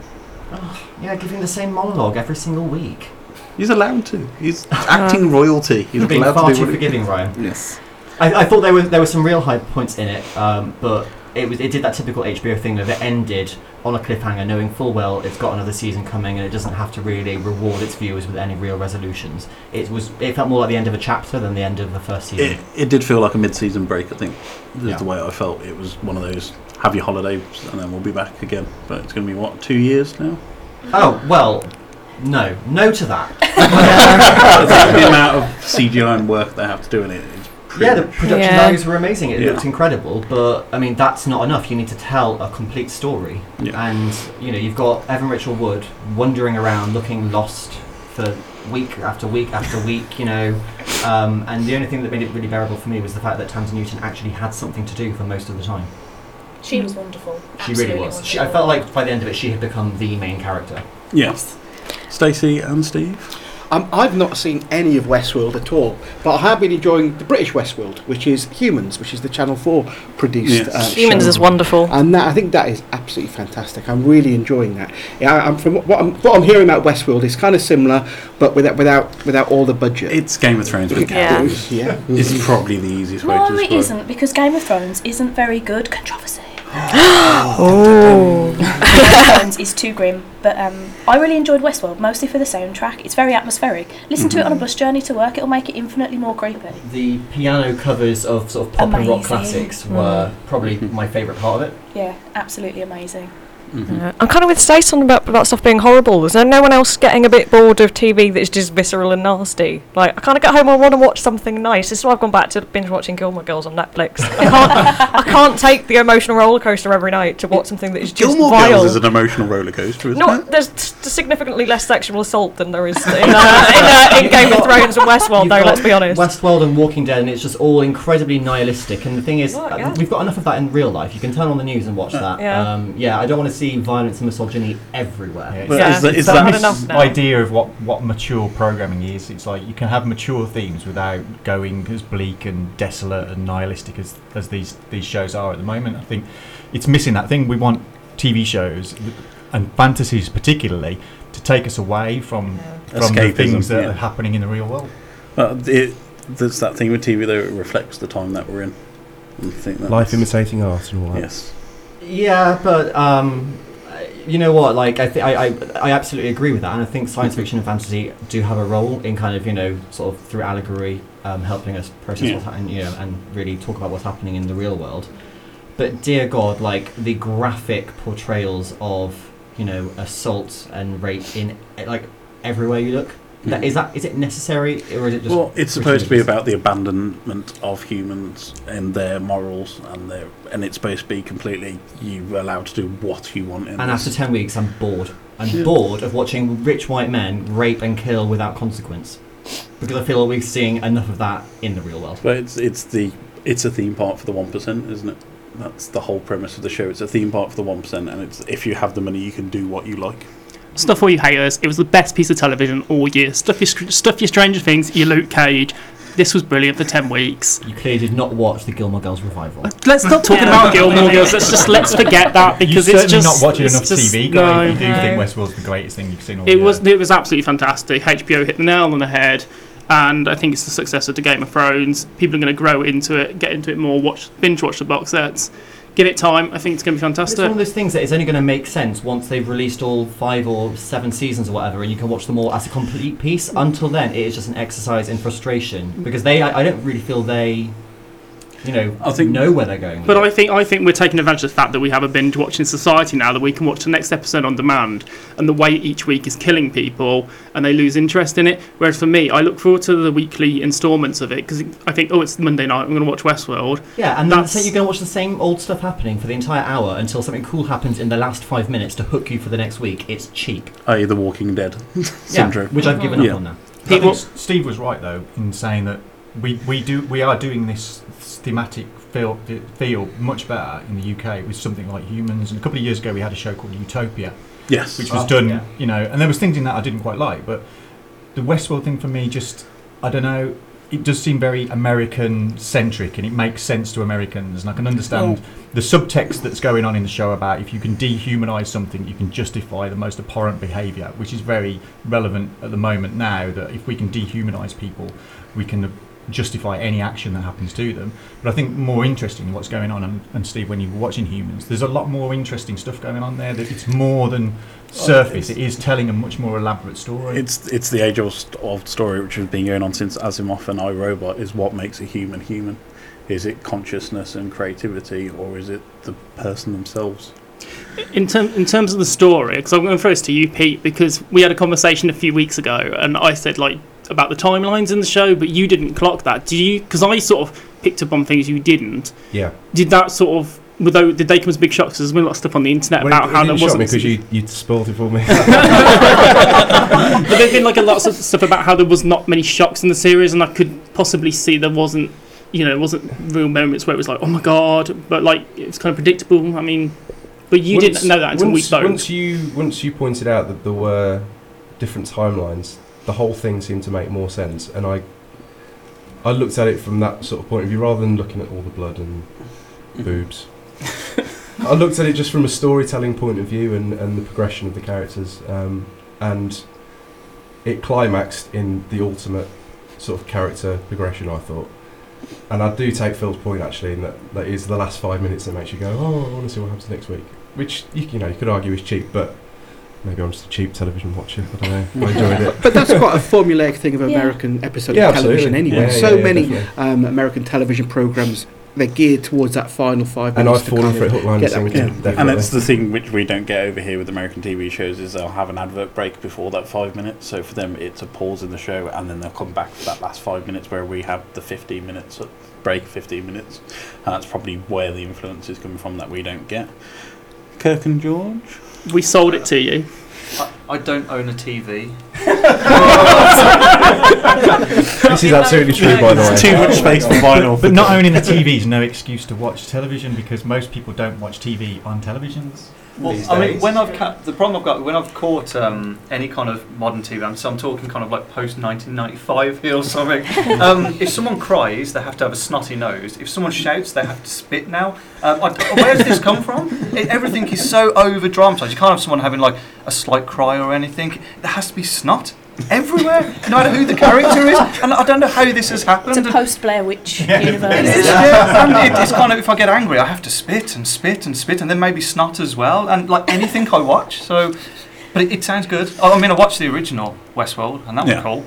U: oh, Yeah, giving the same monologue every single week. Uh-huh.
C: He's allowed to. He's acting royalty. He's
U: being
C: allowed to
U: far
C: do
U: too
C: what he-
U: forgiving, Ryan.
C: Yes.
U: I, I thought there were there were some real high points in it, um, but it was it did that typical HBO thing of it ended on a cliffhanger, knowing full well it's got another season coming and it doesn't have to really reward its viewers with any real resolutions. It was it felt more like the end of a chapter than the end of the first season.
C: It, it did feel like a mid-season break. I think is
U: Yeah.
C: the way I felt. It was one of those have your holidays and then we'll be back again. But it's going to be what two years now.
U: Oh well, no, no to that.
C: That's the amount of CGI and work they have to do in it. It's pretty
U: Yeah, the
C: much-
U: production
C: Yeah.
U: values were amazing. It
C: Yeah.
U: looked incredible, but I mean that's not enough. You need to tell a complete story, and you know you've got Evan Rachel Wood wandering around looking lost for week after week after week. You know, um, and the only thing that made it really bearable for me was the fact that Tamsin Newton actually had something to do for most of the time.
V: She was wonderful.
U: She
V: Absolutely
U: really was. She, I
V: wonderful.
U: felt like by the end of it, she had become the main character.
C: Yes. Stacey and Steve.
M: Um, I've not seen any of Westworld at all, but I have been enjoying the British Westworld, which is Humans, which is the Channel Four produced.
F: Yes.
M: Uh,
F: Humans
M: show.
F: is wonderful,
M: and that I think that is absolutely fantastic. I'm really enjoying that. Yeah, I, I'm from what what I'm, what I'm hearing about Westworld is kind of similar, but without without without all the budget.
C: It's Game of Thrones with
M: yeah.
C: cowboys.
M: yeah.
C: It's probably the easiest way to
V: No, it
C: describe
V: isn't because Game of Thrones isn't very good. Controversy.
M: Oh.
V: Game of Thrones is too grim, but um, I really enjoyed Westworld mostly for the soundtrack. It's very atmospheric. Listen to it on
A: Mm-hmm.
V: a bus journey to work; it'll make it infinitely more creepy.
U: The piano covers of sort of pop and rock
V: Amazing.
U: classics were probably my favourite part of it.
V: Yeah, absolutely amazing.
C: Mm-hmm.
F: Uh, I'm kind of with Stason about, about stuff being horrible. Is there no one else getting a bit bored of TV that's just visceral and nasty? Like, I kind of get home and want to watch something nice. This is why I've gone back to binge watching Gilmore Girls on Netflix. I can't, I can't take the emotional roller coaster every night to watch something that is just
C: Gilmore
F: vile.
C: Girls is an emotional roller coaster, isn't
F: no,
C: it?
F: there's t- significantly less sexual assault than there is in, uh, in, uh, in Game of Thrones and Westworld,
U: You've
F: though,
U: got
F: let's be honest.
U: Westworld and Walking Dead, and it's just all incredibly nihilistic. And the thing is,
F: Well,
U: uh,
F: yeah.
U: we've got enough of that in real life. You can turn on the news and watch that.
F: Yeah.
U: Um, yeah, I don't want to see violence and misogyny everywhere.
E: It's mis- idea of what, what mature programming is? It's like you can have mature themes without going as bleak and desolate and nihilistic as, as these, these shows are at the moment. I think it's missing that thing. We want TV shows and fantasies particularly to take us away from, from the
C: Escapism,
E: things that
C: yeah.
E: are happening in the real world.
C: But it, there's that thing with TV though. It reflects the time that we're in. I think that's-
S: Life imitating art and all that.
C: Yes.
U: Yeah, but um, you know what? Like, I, th- I, I, I absolutely agree with that, and I think science fiction and fantasy do have a role in kind of you know sort of through allegory, um, helping us process
C: Yeah.
U: what's happening, you know, and really talk about what's happening in the real world. But dear God, like the graphic portrayals of you know assault and rape in like everywhere you look. That, is that is it necessary or is it just?
C: Hmm. well, it's supposed to be
U: ridiculous?
C: about the abandonment of humans and their morals, and their and it's supposed to be completely you allowed to do what you want. In
U: And
C: this.
U: after 10 weeks, I'm bored. I'm
C: Yeah.
U: bored of watching rich white men rape and kill without consequence. Because I feel like we're seeing enough of that in the real world.
C: But it's it's the it's a theme park for the one percent, isn't it? That's the whole premise of the show. It's a theme park for the one percent, and it's if you have the money, you can do what you like.
Q: Stuff all you haters. It was the best piece of television all year. Stuff your Str- stuff your Stranger Things, your Luke Cage. This was brilliant for ten weeks.
U: You clearly did not watch the Gilmore Girls revival.
Q: Let's stop talking about Gilmore Girls. Let's just let's forget that because
E: You're
Q: it's
E: certainly
Q: just
E: not watching
Q: it's
E: enough
Q: just-
E: TV, guy.
Q: no.
E: I do think Westworld's the greatest thing you've seen all
Q: It
E: year.
Q: was it was absolutely fantastic. HBO hit the nail on the head, and I think it's the successor to Game of Thrones. People are going to grow into it, get into it more, watch binge watch the box sets, give it time. I think it's going to be
U: It's one
Q: fantastic.
U: of those things that is only going to make sense once they've released all five or seven seasons or whatever, and you can watch them all as a complete piece. Until then, it is just an exercise in frustration because they, I, I don't really feel they you know,
C: I think
U: know where they're going.
Q: But I think I think we're taking advantage of the fact that we have a binge watching society now that we can watch the next episode on demand, and the way each week is killing people, and they lose interest in it. Whereas for me, I look forward to the weekly instalments of it because I think, oh, it's Monday night, I'm going to watch Westworld.
U: Yeah, and then so you're going to watch the same old stuff happening for the entire hour until something cool happens in the last five minutes to hook you for the next week. It's cheap.
C: i.e., the Walking Dead syndrome,
U: which I've given up
C: Yeah.
U: on now.
E: I think S- Steve was right though in saying that we, we do we are doing this thematic feel feel much better in the UK with something like Humans. And a couple of years ago, we had a show called Utopia,
C: Yes.
E: which was
C: Oh,
E: done
C: yeah.
E: you know, and there was things in that I didn't quite like, but the Westworld thing for me just I don't know. It does seem very American centric, and it makes sense to Americans, and I can understand
C: Well-
E: the subtext that's going on in the show about if you can dehumanize something, you can justify the most abhorrent behavior, which is very relevant at the moment now. That if we can dehumanize people, we can justify any action that happens to them. But I think more interesting what's going on, and, and Steve, when you're watching humans, there's a lot more interesting stuff going on there. That it's more than surface, it is telling a much more elaborate story.
C: It's it's the age old, st- old story which has been going on since Asimov and iRobot is what makes a human human. Is it consciousness and creativity, or is it the person themselves?
Q: In, term, in terms of the story, because I'm going to throw this to you, Pete, because we had a conversation a few weeks ago, and I said like about the timelines in the show, but you didn't clock that, did you? Because I sort of picked up on things you didn't.
S: Yeah.
Q: Did that sort of were tho- did they come as big shocks? 'Cause There's been a lot of stuff on the internet
S: Well,
Q: about
S: it
Q: how there
S: didn't
Q: wasn't.
S: shock me because you you spoiled it for me.
Q: but there's been like a lot of stuff about how there was not many shocks in the series, and I could possibly see there wasn't, you know, there wasn't real moments where it was like, oh my god, but like it's kind of predictable. I mean, but you didn't know that until
S: once,
Q: we spoke.
S: Once you once you pointed out that there were different timelines, the whole thing seemed to make more sense, and I I looked at it from that sort of point of view rather than looking at all the blood and
Q: Mm-hmm.
S: boobs. I looked at it just from a storytelling point of view and, and the progression of the characters, um, and it climaxed in the ultimate sort of character progression. I thought. And I do take Phil's point actually, in that that is the last five minutes that makes you go, oh, I want to see what happens next week. Which you, you know you could argue is cheap, but maybe I'm just a cheap television watcher. I don't know. I enjoyed it.
M: but that's quite a formulaic thing of Yeah. American episode
S: Yeah,
M: of television
S: absolutely.
M: anyway.
S: Yeah, yeah,
M: so
S: yeah,
M: many
S: definitely.
M: um, American television programs they're geared towards that final five
S: And I've
M: minutes. to
S: fallen
M: kind
S: for
M: of
S: it hook, line, and
M: get that
S: sinker,
M: going.
S: definitely.
C: And that's the thing which we don't get over here with American TV shows is they'll have an advert break before that five minutes. So for them, it's a pause in the show, and then they'll come back for that last five minutes where we have the fifteen minutes of- break, fifteen minutes, and that's probably where the influence is coming from that we don't get. Kirk and George,
Q: we sold it to you.
A: I, I don't own a TV.
S: This is absolutely true, by the way.
E: But not owning a TV is no excuse to watch television because most people don't watch TV on televisions.
A: Well,
E: these
A: I mean,
E: days.
A: when I've ca- the problem I've got when I've caught um, any kind of modern TV, I'm, so I'm talking kind of like post 1995 here or something. um, if someone cries, they have to have a snotty nose. If someone shouts, they have to spit. Now, um, I, where does this come from? It, everything is so over dramatized. You can't have someone having like a slight cry or anything. There has to be snot. Everywhere, no matter who the character is, and I don't know how this has happened.
V: It's a post Blair Witch universe.
A: It is, yeah. And it- it's kind of if I get angry, I have to spit and spit and spit, and then maybe snot as well, and like anything I watch. So, but it, it sounds good. I, I mean, I watched the original Westworld, and that
C: Yeah.
A: was cool.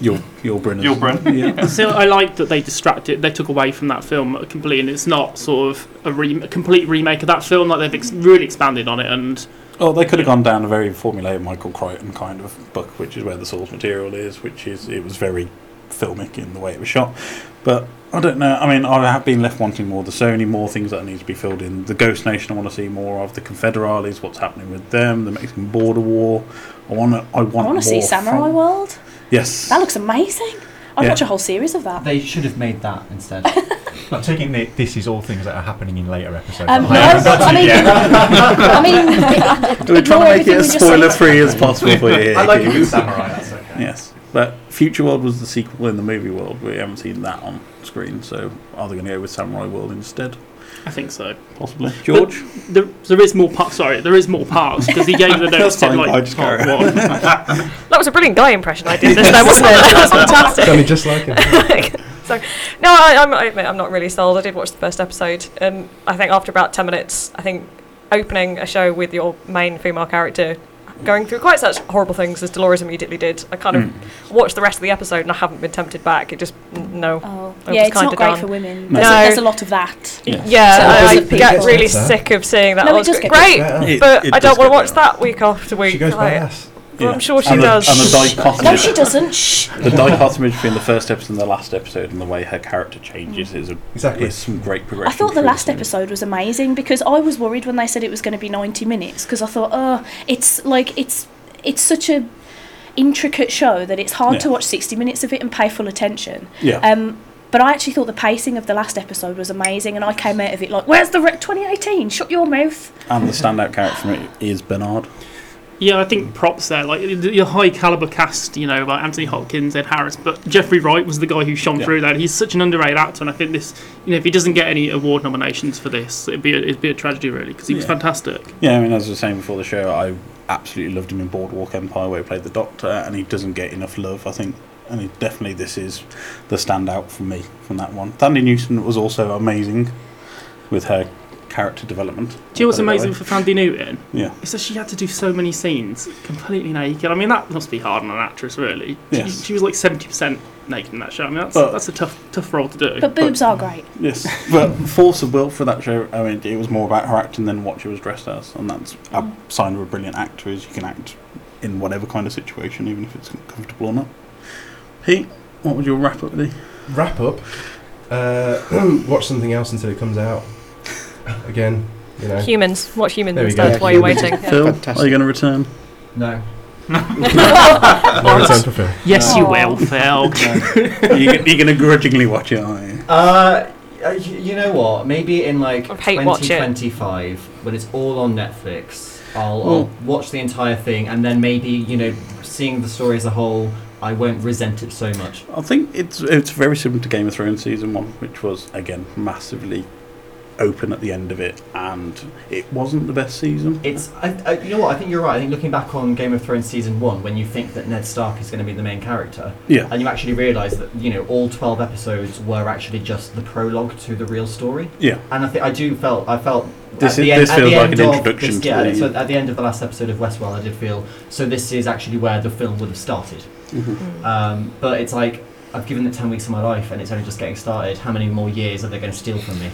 C: your your Brennan,
A: Yul Brynner.
C: yeah.
Q: So I like that they distracted, they took away from that film completely, and it's not sort of a, re- a complete remake of that film. Like they've ex- really expanded on it, and
C: Oh, they could have gone down a very formulaic Michael Crichton kind of book, which is where the source material is, which is it was very filmic in the way it was shot. But I don't know. I mean, I have been left wanting more. There's so many more things that need to be filled in. The Ghost Nation, I want to see more of. The Confederales, what's happening with them? The Mexican Border War. I want. to. I
V: I
C: want.
V: want to see
C: more
V: Samurai
C: from-
V: World.
C: Yes.
V: That looks amazing. I'd
C: Yeah.
V: watch a whole series of that.
U: They should have made that instead.
E: I'm taking that this is all things that are happening in later episodes.
V: Um,
E: I haven't
V: no,
E: got to
V: I mean-
E: yet.
V: I mean,
C: We're trying
V: ignore
C: to make
V: everything
C: it
V: we
C: as
V: just said.
C: spoiler free as possible for you.
A: I like
C: Hugh.
A: it with samurai. That's okay.
C: Yes, but Future World was the sequel in the movie world. We haven't seen that on screen, so are they going to go with Samurai World instead?
Q: I think so.
C: Possibly. George?
Q: But there, there is more parts. Sorry, there is more parts because he gave the notes in like part one.
F: That was a brilliant guy impression I did just there, wasn't it? That was fantastic.
M: Sounded just like
F: Sorry. No, I, I'm, I admit I'm not really sold. I did watch the first episode, um, and I think after about 10 minutes, I think opening a show with your main female character going through quite such horrible things as Dolores immediately did. I kind of watched the rest of the episode and I haven't been tempted back. It just n- no.
V: Oh,
F: I
V: yeah,
F: was
V: it's not
F: kinda
V: great
F: done.
V: for women.
F: No.
V: There's, a, there's a lot of that.
F: Yeah,
V: So-
F: I, I
V: Does it
F: get
V: get
F: really
V: better?
F: sick of seeing that.
V: No, it
F: I was
V: does
F: go-
V: get
F: great,
V: better. It-
F: but
V: it
F: I
V: does
F: don't want
V: get
F: to watch that week after week.
C: goes
F: like-
C: badass.
F: Well,
C: Yeah.
F: I'm sure she
C: And the-
F: does.
C: and the dichotomy-
V: No, she doesn't. Shh.
C: the dichotomy between the first episode and the last episode and the way her character changes is a,
S: exactly
C: is some great
V: Mm. I
C: progression.
V: thought the
C: through
V: last
C: series.
V: episode was amazing because I was worried when they said it was going to be 90 minutes because I thought, oh, it's like it's it's such a intricate show that it's hard
W: Yeah.
V: to watch 60 minutes of it and pay full attention.
W: Yeah.
V: Um, but I actually thought the pacing of the last episode was amazing, and I came out of it like, "Where's the re- 2018? Shut your mouth."
C: And the standout character from it is Bernard.
Q: Yeah, I think props there. Like the, the high caliber cast, you know, like Anthony Hopkins, Ed Harris, but Jeffrey Wright was the guy who shone
C: Yeah.
Q: through that. He's such an underrated actor, and I think this, you know, if he doesn't get any award nominations for this, it'd be a, it'd be a tragedy really because he was
C: Yeah.
Q: fantastic.
C: Yeah, I mean, as I was saying before the show, I absolutely loved him in Boardwalk Empire, where he played the Doctor, and he doesn't get enough love, I think. And he, definitely, this is the standout for me from that one. Thandie Newton was also amazing with her character development.
Q: Do you know what's
C: Put it that
Q: amazing
C: way.
Q: for Fandy Newton?
C: Yeah.
Q: Is that she had to do so many scenes completely naked. I mean, that must be hard on an actress, really. She,
C: Yes.
Q: she was like 70% naked in that show. I mean, that's,
C: But-
Q: that's a tough tough role to do.
V: But boobs are great.
C: Yes, but force of will for that show. I mean, it was more about her acting than what she was dressed as, and that's
Q: Mm.
C: a sign of a brilliant actor is you can act in whatever kind of situation, even if it's uncomfortable or not. Pete, what would your wrap up be?
S: Wrap up. Uh, watch something else until it comes out. Again, you know.
F: Humans. Watch humans
S: There we
F: instead
S: go.
F: while you're waiting. Yeah.
C: Phil, are you going to return?
U: No.
S: No return for Phil.
Q: Yes, you
U: Oh. No.
Q: will, Phil.
C: you're you're going to grudgingly watch it, aren't you?
U: Uh, y- you know what? Maybe in like
F: hate watch it.
U: 2025, when it's all on Netflix, I'll,
C: Well-
U: I'll watch the entire thing, and then maybe you know, seeing the story as a whole, I won't resent it so much.
C: I think it's it's very similar to Game of Thrones season one, which was again massively open at the end of it, and it wasn't the best season.
U: It's I, I, you know what? I think you're right. I think looking back on Game of Thrones season one, when you think that Ned Stark is going to be the main character,
C: Yeah.
U: and you actually realise that you know all 12 episodes were actually just the prologue to the real story.
C: Yeah.
U: and I think I do felt I felt
C: This
U: at
C: is-
U: the end,
C: this
U: at the
C: feels like
U: end
C: an
U: of
C: introduction
U: This,
C: to
U: yeah,
C: the-
U: so at the end of the last episode of Westworld, I did feel so. This is actually where the film would have started.
C: Mhm.
U: Um, but it's like. I've given it 10 weeks of my life and it's only just getting started. How many more years are they going to steal from me?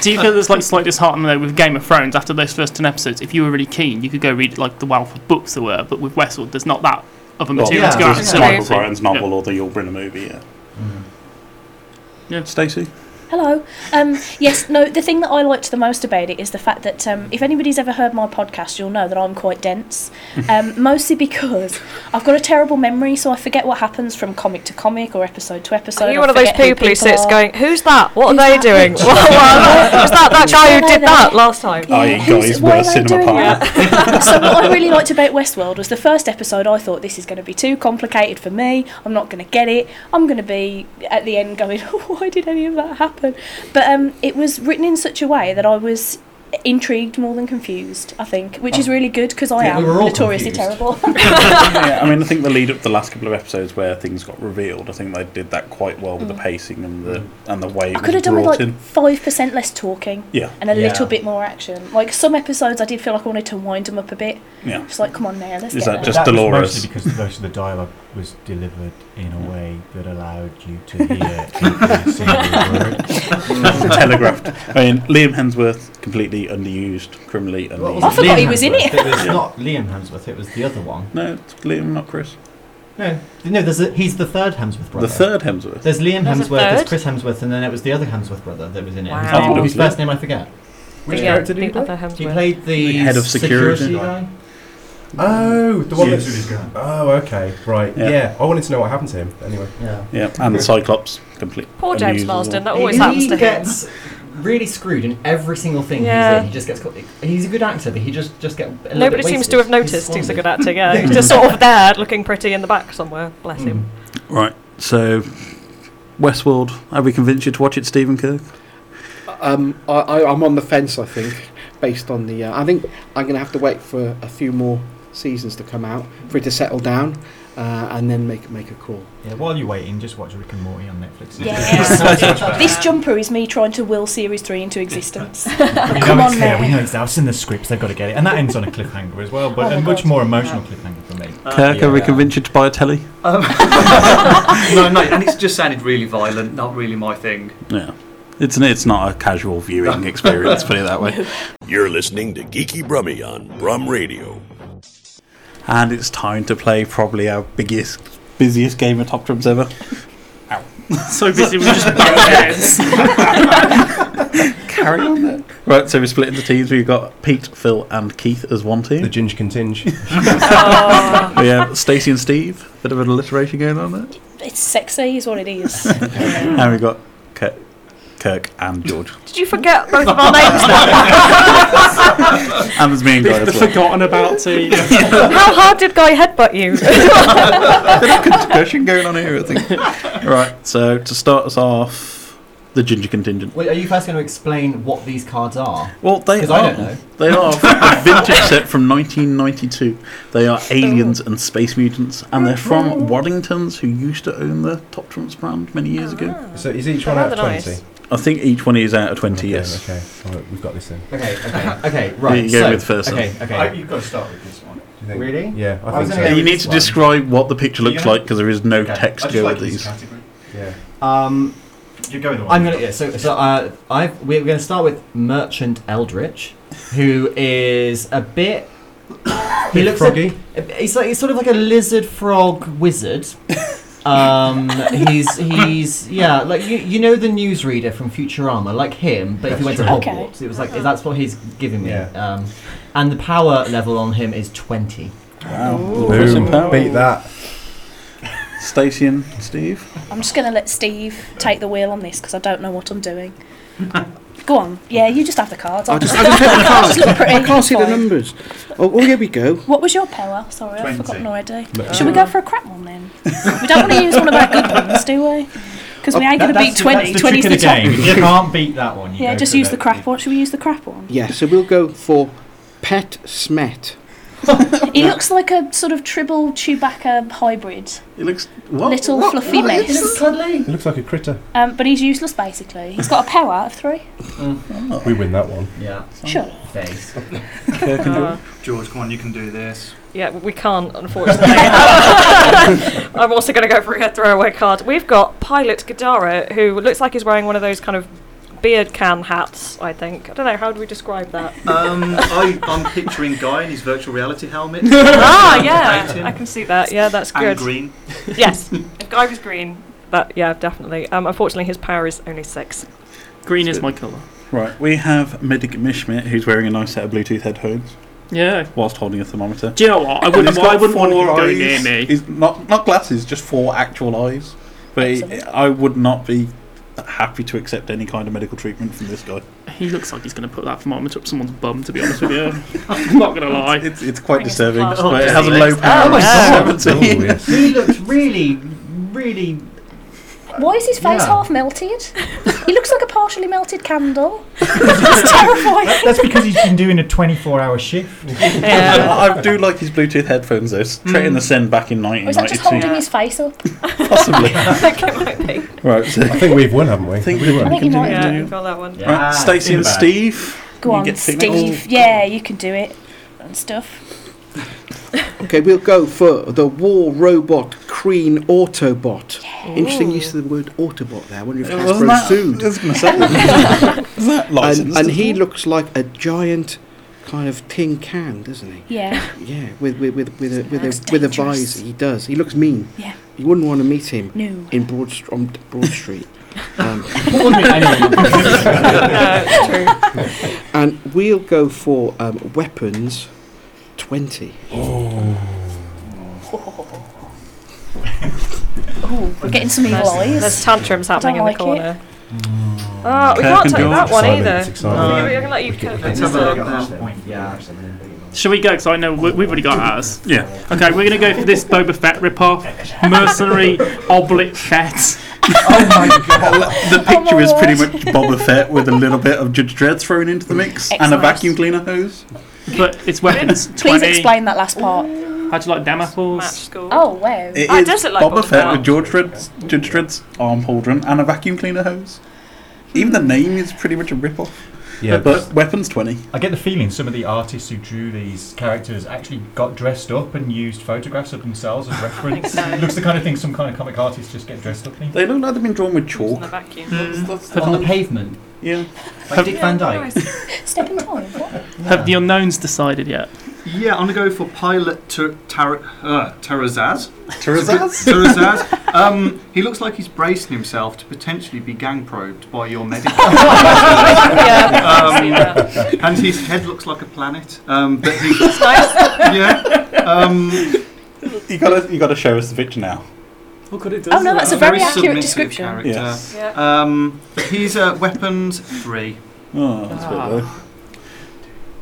Q: do you feel there's like slight disheartenment though with Game of Thrones after those first 10 episodes? If you were really keen, you could go read like the wealth of books there were, but with Westworld, there's not that other
C: Well,
Q: material to go out and
C: there's
Q: search.
C: Michael Bryan's
Q: Yeah.
C: novel or the Yul Brynner movie. Yeah.
U: Mm.
Q: Yeah.
C: Stacey.
V: Hello. Um, yes, no, the thing that I liked the most about it is the fact that um, if anybody's ever heard my podcast, you'll know that I'm quite dense. Um, mostly because I've got a terrible memory, so I forget what happens from comic to comic or episode to episode.
F: Are you
V: I
F: one of those
V: forget who
F: people who sits
V: are.
F: going, "Who's that? What are they doing?
V: bitch?"
F: What, what- was that that
V: Who's
F: guy
V: that
F: who did
V: over
F: that
V: there?
F: last time?"
V: Yeah.
C: I
V: Who's-
C: guys
V: why
C: were
V: are they
C: cinema
V: doing
C: partner.
V: so what I really liked about Westworld was the first episode. I thought this is going to be too complicated for me. I'm not going to get it. I'm going to be at the end going, oh, why did any of that happen? But um, it was written in such a way that I was intrigued more than confused. I think, which is really good because I
C: Oh. Yeah,
V: am
C: we were all
V: notoriously
C: confused.
V: terrible.
C: yeah, I mean, I think the lead up to the last couple of episodes where things got revealed, I think they did that quite well with the
V: Mm.
C: pacing and the and the way it
V: I could
C: was
V: have done with
C: brought
V: like
C: in.
V: five percent less talking,
C: Yeah.
V: and a
C: Yeah.
V: little bit more action. Like some episodes, I did feel like I wanted to wind them up a bit.
C: Yeah.
V: just like come on now, let's
C: Is
V: get
C: that
V: there.
C: just
E: That was
C: Dolores.
E: mostly because most of the dialogue was delivered in a way that allowed you to hear every single word.
C: Telegraphed. I mean, Liam Hemsworth completely underused, criminally underused.
V: I forgot he was in it.
U: It was
C: Yeah.
U: not Liam Hemsworth, it was the other one.
C: No, it's Liam, not Chris.
U: No, no. There's a, he's the third Hemsworth brother.
C: third Hemsworth?
U: There's Liam
C: There's a
U: Hemsworth. There's
C: third?
U: Chris Hemsworth, and then it was the other Hemsworth brother that was in it.
C: Wow.
U: Whose
C: I thought it
U: name-
C: was
U: Whose first
C: Liam.
U: name I forget.
F: Which
U: Yeah.
F: character did he play? other
U: He
F: Hemsworth.
U: played the,
C: The head of security.
U: guy.
S: Oh, the one
C: Yes.
S: that's. Oh, okay, right.
C: Yeah.
S: Yeah. I wanted to know what happened to him anyway.
U: Yeah.
C: Yeah, and the Cyclops. Complete.
F: Poor
C: unused
F: James
C: as well.
F: Marsden, that
U: He-
F: always happens
U: he
F: to him.
U: gets really screwed in every single thing
F: Yeah.
U: he's in. He just gets. caught- He's a good actor, but he just just get. A little
F: Nobody
U: bit
F: seems
U: wasted.
F: to have
U: He's
F: noticed he's a
U: squandered.
F: good actor. Yeah, he's just sort of there, looking pretty in the back somewhere. Bless him.
C: Mm. Right, so Westworld. Have we convinced you to watch it, Stephen Kirk?
M: Um, I, I, I'm on the fence. I think, based on the, uh, I think I'm going to have to wait for a few more seasons to come out for it to settle down. uh, and then make make a call.
E: Yeah, while you're waiting, just watch Rick and Morty on Netflix.
V: Yeah. this jumper is me trying to will Series 3 into existence.
E: We
V: Come
E: know
V: on,
E: it's there.
V: now.
E: We know it's there. I've seen the scripts. They've got to get it, and that ends on a cliffhanger as well. But
V: Oh
E: a
V: my
E: much
V: God.
E: more emotional cliffhanger for me.
U: Uh,
C: Kirk, have we convinced you to buy a telly?
A: Um, no, no, and it's just sounded really violent. Not really my thing.
C: Yeah. It's, an, it's not a casual viewing experience, put it that way.
H: You're listening to Geeky Brummy on Brum Radio.
C: And it's time to play probably our biggest, busiest game of Top Trumps ever. Ow.
Q: So busy we just banged our heads.
C: Carry on then. Right, so we split into teams. We've got Pete, Phil, and Keith as one team. The Ginge Continge. we have Stacey and Steve. Bit of an alliteration going on there.
V: It's sexy, is what it is.
C: And we've got Kirk, Kirk and George.
F: Did you forget both of our names? then?
C: and there's me and Guy
Q: The
C: as well.
Q: forgotten about team.
F: How hard did Guy headbutt you?
C: discussion going on here, I think. right, so to start us off, the ginger contingent.
U: Wait, are you first going to explain what these cards are?
C: Well, they are.
U: Because I don't know.
C: They are a vintage set from 1992. They are aliens and space mutants, and they're from Waddingtons, who used to own the Top Trumps brand many years ago.
S: So is each They're one out of rather nice. 20?
C: I think each one is out of 20, yes.
S: Okay, all right, we've got this thing.
U: Okay, okay, okay, right.
C: You go
U: so,
C: with first
U: Okay,
C: one.
U: okay.
E: I- you've got to start with this one.
S: you think?
U: Really?
S: Yeah, I think so.
U: gonna
C: you
U: go with
C: need
U: this
C: to
U: one.
C: description. describe what the picture looks
U: Yeah.
C: like because there is no
U: Okay.
C: text
U: I
C: to
U: just
C: go
U: like
C: with these.
U: Yeah. Um,
E: You're going the one.
U: I'm gonna yeah. So, so uh, I we're gonna start with Merchant Eldritch, who is a bit. he
S: Bit
U: looks
S: froggy?
U: A, he's like he's sort of like a lizard frog wizard. um, he's he's yeah, like you, you know the newsreader from Futurama, like him, but if he went
S: That's
U: to
S: true.
U: Hogwarts, it was like that's what he's giving me. Um, and the power level on him is twenty.
C: Wow. Boom. Beat
S: that.
C: Stacey and Steve.
V: I'm just going to let Steve take the wheel on this because I don't know what I'm doing. Go on. Yeah, you just have the cards.
M: I just, I just
V: I'll
M: have
V: just
M: the
V: look
M: cards.
V: pretty.
M: I can't see the
V: Fine.
M: numbers. Oh, oh, here we go.
V: What was your power? Sorry, I've
M: 20.
V: forgotten already.
M: Look.
V: Should we
E: uh,
V: go for a crap one then? we don't want to use one of our good ones, do we? Because we ain't going to
E: Oh, That-
V: beat
E: that's
V: 20.
E: The, that's the
V: 20
E: trick
V: is
E: of
V: the
E: the
V: top.
E: game. You can't beat that one. You
V: Yeah,
E: go
V: just
E: for
V: use the crap one. Should we use the crap one?
M: Yeah, so we'll go for Pet Smet.
V: He looks like a sort of Tribble Chewbacca hybrid.
C: He looks
V: Little
M: what-
V: fluffy
M: what
V: mess.
M: is
S: It looks like a critter.
V: Um, but he's useless basically. He's got a power of three.
S: Mm. We win that one.
U: Yeah.
V: Sure.
U: Face.
F: Uh,
A: George, come on, you can do this.
F: yeah, we can't, unfortunately. I'm also going to go for a throwaway card. We've got Pilot Gadara, who looks like he's wearing one of those kind of beard can hats, I think. I don't know, how do we describe that?
A: Um, I, I'm picturing Guy in his virtual reality helmet.
F: ah, yeah,
A: Painting.
F: I can see that. Yeah, that's
A: And
F: good.
A: green.
F: Yes, if Guy was green. That yeah, definitely. Um, unfortunately, his power is only six.
Q: Green is my colour.
C: Right, we have Medic Mishmit, who's wearing a nice set of Bluetooth headphones.
Q: Yeah.
C: Whilst holding a thermometer.
Q: Do you know what? I
C: And
Q: wouldn't-
C: he's got
Q: I wouldn't want
C: four
Q: him going
C: eyes.
Q: near me.
C: He's not not glasses, just four actual eyes. But he- I would not be happy to accept any kind of medical treatment from this guy.
Q: He looks like he's going to put that thermometer up someone's bum, to be honest with you. I'm not going to lie.
C: It's, it's quite disturbing,
Q: glass.
C: but it
Q: Oh,
C: has a low
Q: physics.
C: power.
Q: Oh, my
C: of
Q: God.
C: 17.
Q: Oh, yes.
U: he looks really, really.
V: Why is his face
U: Yeah.
V: half melted? he looks like a partially melted candle. it's terrifying.
E: That's because he's been doing a 24-hour shift.
C: I I do like his Bluetooth headphones though. Straight in
Q: Mm.
C: the send back in
V: Or Oh, is that just
C: 1992.
V: holding his face up?
C: Possibly. Right, so
S: I think we've won, haven't we? I
C: think
S: we won.
V: I think you might
F: Yeah,
V: have.
F: you got that one.
C: Right, Stacey and Steve.
V: Go
C: you
V: on,
C: get to pick next.
V: Steve. Yeah, you can do it and stuff.
M: Okay, we'll go for the war robot Kreen Autobot. Interesting use of the word Autobot there. I wonder if
C: Uh, wasn't
M: Hasbro
C: that-
M: sued.
C: I was gonna say, isn't that- is that
M: and,
C: licensed
M: and
C: as
M: he
C: well?
M: looks like a giant kind of tin can, doesn't he?
V: Yeah.
M: Yeah, with with with, with a with
V: Looks
M: a with a
V: dangerous.
M: visor. He does. He looks mean.
V: Yeah.
M: You wouldn't want to meet him
V: No.
M: in Broad Str- on Broad Street. Um,
F: No, it's true.
M: and we'll go for um, weapons twenty.
C: Oh.
V: Ooh, we're getting some evil
F: There's-
V: eyes.
F: There's tantrums happening in
V: Don't
F: the
V: like it.
F: corner. Oh, we
M: Kirk
F: can't
M: and
F: take
M: George.
F: that one
M: Exciting,
F: either.
M: it's exciting.
F: I'm going to let you
M: We can-
F: Kirk,
M: we can
F: this
M: have a
F: one.
M: look at that.
U: Yeah.
Q: Shall we go? Because I know we, we've already got ours.
C: Yeah.
Q: Okay, we're going to go for this Boba Fett ripoff, mercenary oblit Fett.
C: The picture is pretty much Boba Fett with a little bit of Judge Dredd thrown into the mix and a
V: Excellent.
C: vacuum cleaner hose.
Q: But it's weapons
V: Please explain that last part.
D: How do you like damn apples?
V: Oh, wow.
C: Ah, It
V: I
C: is Boba Fett with George Dredd's, Judge Dredd's arm pauldron and a vacuum cleaner hose. Even the name is pretty much a rip-off.
E: Yeah,
C: but weapons twenty.
E: I get the feeling some of the artists who drew these characters actually got dressed up and used photographs of themselves as reference.
J: so.
E: Looks the kind of thing some kind of comic artists just get dressed up in.
C: They look like they've been drawn with chalk.
D: Hmm.
E: On the
U: pavement.
C: Yeah.
E: Like Dick Van Dyke.
V: Step in time. What?
D: Have the unknowns decided yet?
A: Yeah, I'm gonna go for pilot Ter- Tar- uh, Tarazaz.
D: Tarazaz?
A: Tarazaz. Um, he looks like he's bracing himself to potentially be gang probed by your medic.
J: Yeah, I've seen that.
A: Um, and his head looks like a planet. Um, but he,
J: nice.
A: Yeah. Um,
C: you gotta you gotta show us the picture now.
A: Look what it
V: does Oh, no, that's a very accurate
A: submissive
V: description.
A: Character.
C: Yes.
A: Um, he's uh, weapons three.
C: Oh, that's
V: Ah.
U: a bit low.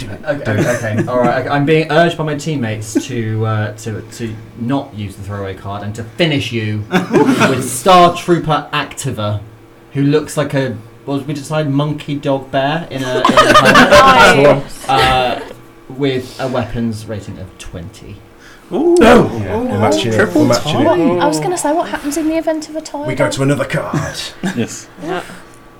U: Okay, okay. all right. I- I'm being urged by my teammates to uh, to to not use the throwaway card and to finish you with Star Trooper Activa, who looks like a well, we decided monkey dog bear in a, in a helmet, uh, with a weapons rating of twenty.
C: Ooh!
U: Oh,
S: Yeah, we're matching it, we're matching it.
V: I was going to say, what happens in the event of a tie?
S: We go to another card.
C: yes.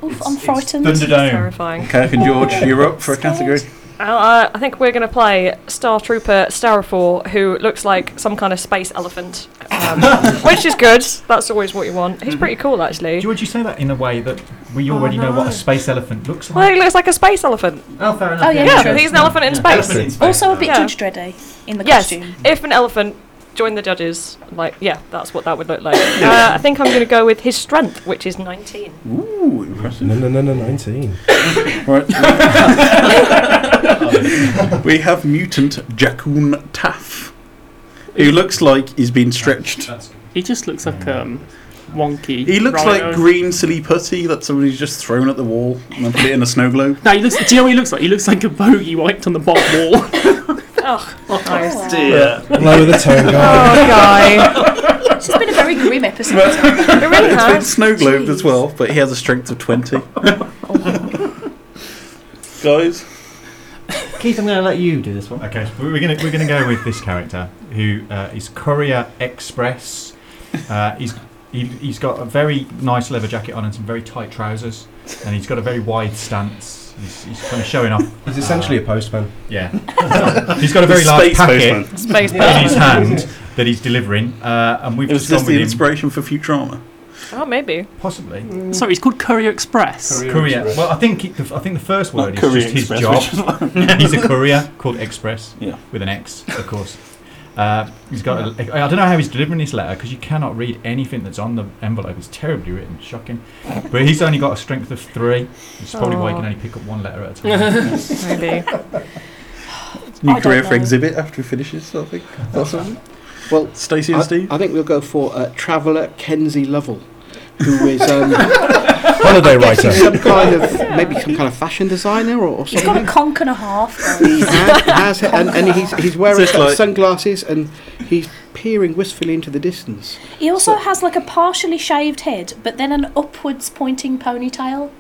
V: Oof, I'm frightened.
F: terrifying.
C: Kirk and George, you're up for a category.
F: Well, uh, I think we're going to play Star Trooper Starofor, who looks like some kind of space elephant, um, which is good. That's always what you want. He's pretty cool, actually.
E: Would you say that in a way that we already know what a space elephant looks like?
F: Well, he looks like a space elephant.
U: Oh, fair
V: enough, Oh, yeah, yeah, sure.
F: he's an elephant in
E: Yeah.
F: space.
E: Elephant in space.
V: Also a bit
F: Yeah.
V: Judge Dreddy in the
F: yes,
V: costume.
F: if an elephant, join the judges. Like, yeah, that's what that would look like. uh, I think I'm going to go with his strength, which is 19.
C: Ooh, impressive.
S: No, no, no, no, 19.
C: right. we have mutant Jakun Taff, who looks like he's been stretched.
D: He just looks like um, wonky.
C: He looks
D: rhino.
C: like green silly putty that somebody's just thrown at the wall and then put it in a snow globe.
D: No, he looks. Do you know what he looks like? He looks like a boat you wiped on the bottom wall.
V: Oh,
C: dear.
S: Lower the tone,
F: Oh,
V: This has been a very grim episode.
C: it
V: really
C: has been
V: has. Oh,
C: snow globed as well, but he has a strength of 20. Guys,
U: Keith, I'm going to let you do this one.
E: Okay, so we're going to we're going to go with this character who uh, is Courier Express. Uh, he's he, he's got a very nice leather jacket on and some very tight trousers, and he's got a very wide stance. He's, he's kind of showing off. uh,
S: He's essentially a postman.
E: Yeah, he's got a very large
S: Space
E: packet
S: postman. Space
E: in his
S: postman.
E: hand that he's delivering, uh, and we've
C: it was
E: just gone
C: just
E: with
C: the
E: him.
C: inspiration for Futurama.
F: Oh, maybe.
E: Possibly.
D: Sorry, he's called Courier Express.
E: Courier. Well, I think it- the, I think the first word is
C: Not
E: just
C: Courier
E: his
C: Express,
E: job.
C: which is-
E: he's a courier called Express
C: Yeah.
E: with an X, of course. Uh, he's got. A, I don't know how he's delivering this letter because you cannot read anything that's on the envelope. It's terribly written, shocking. But he's only got a strength of three. It's probably why he can
F: Aw.
E: only pick up one letter at a time.
F: Maybe.
C: New
M: I
C: career
M: don't
C: for
M: know.
C: exhibit after we finish this, I think. That's all.
M: Well,
C: Stacey and
M: I,
C: Steve?
M: I think we'll go for uh, traveller Kenzie Lovell, who is um,
S: Holiday
M: I'm guessing
S: writer.
M: some kind of maybe some kind of fashion designer or, or
V: He's got
M: something.
V: a conch and a half.
M: He has, has it, and, and he's, he's wearing
C: Is this
M: sort of
C: like-
M: sunglasses and he's peering wistfully into the distance.
V: He also has like a partially shaved head, but then an upwards pointing ponytail.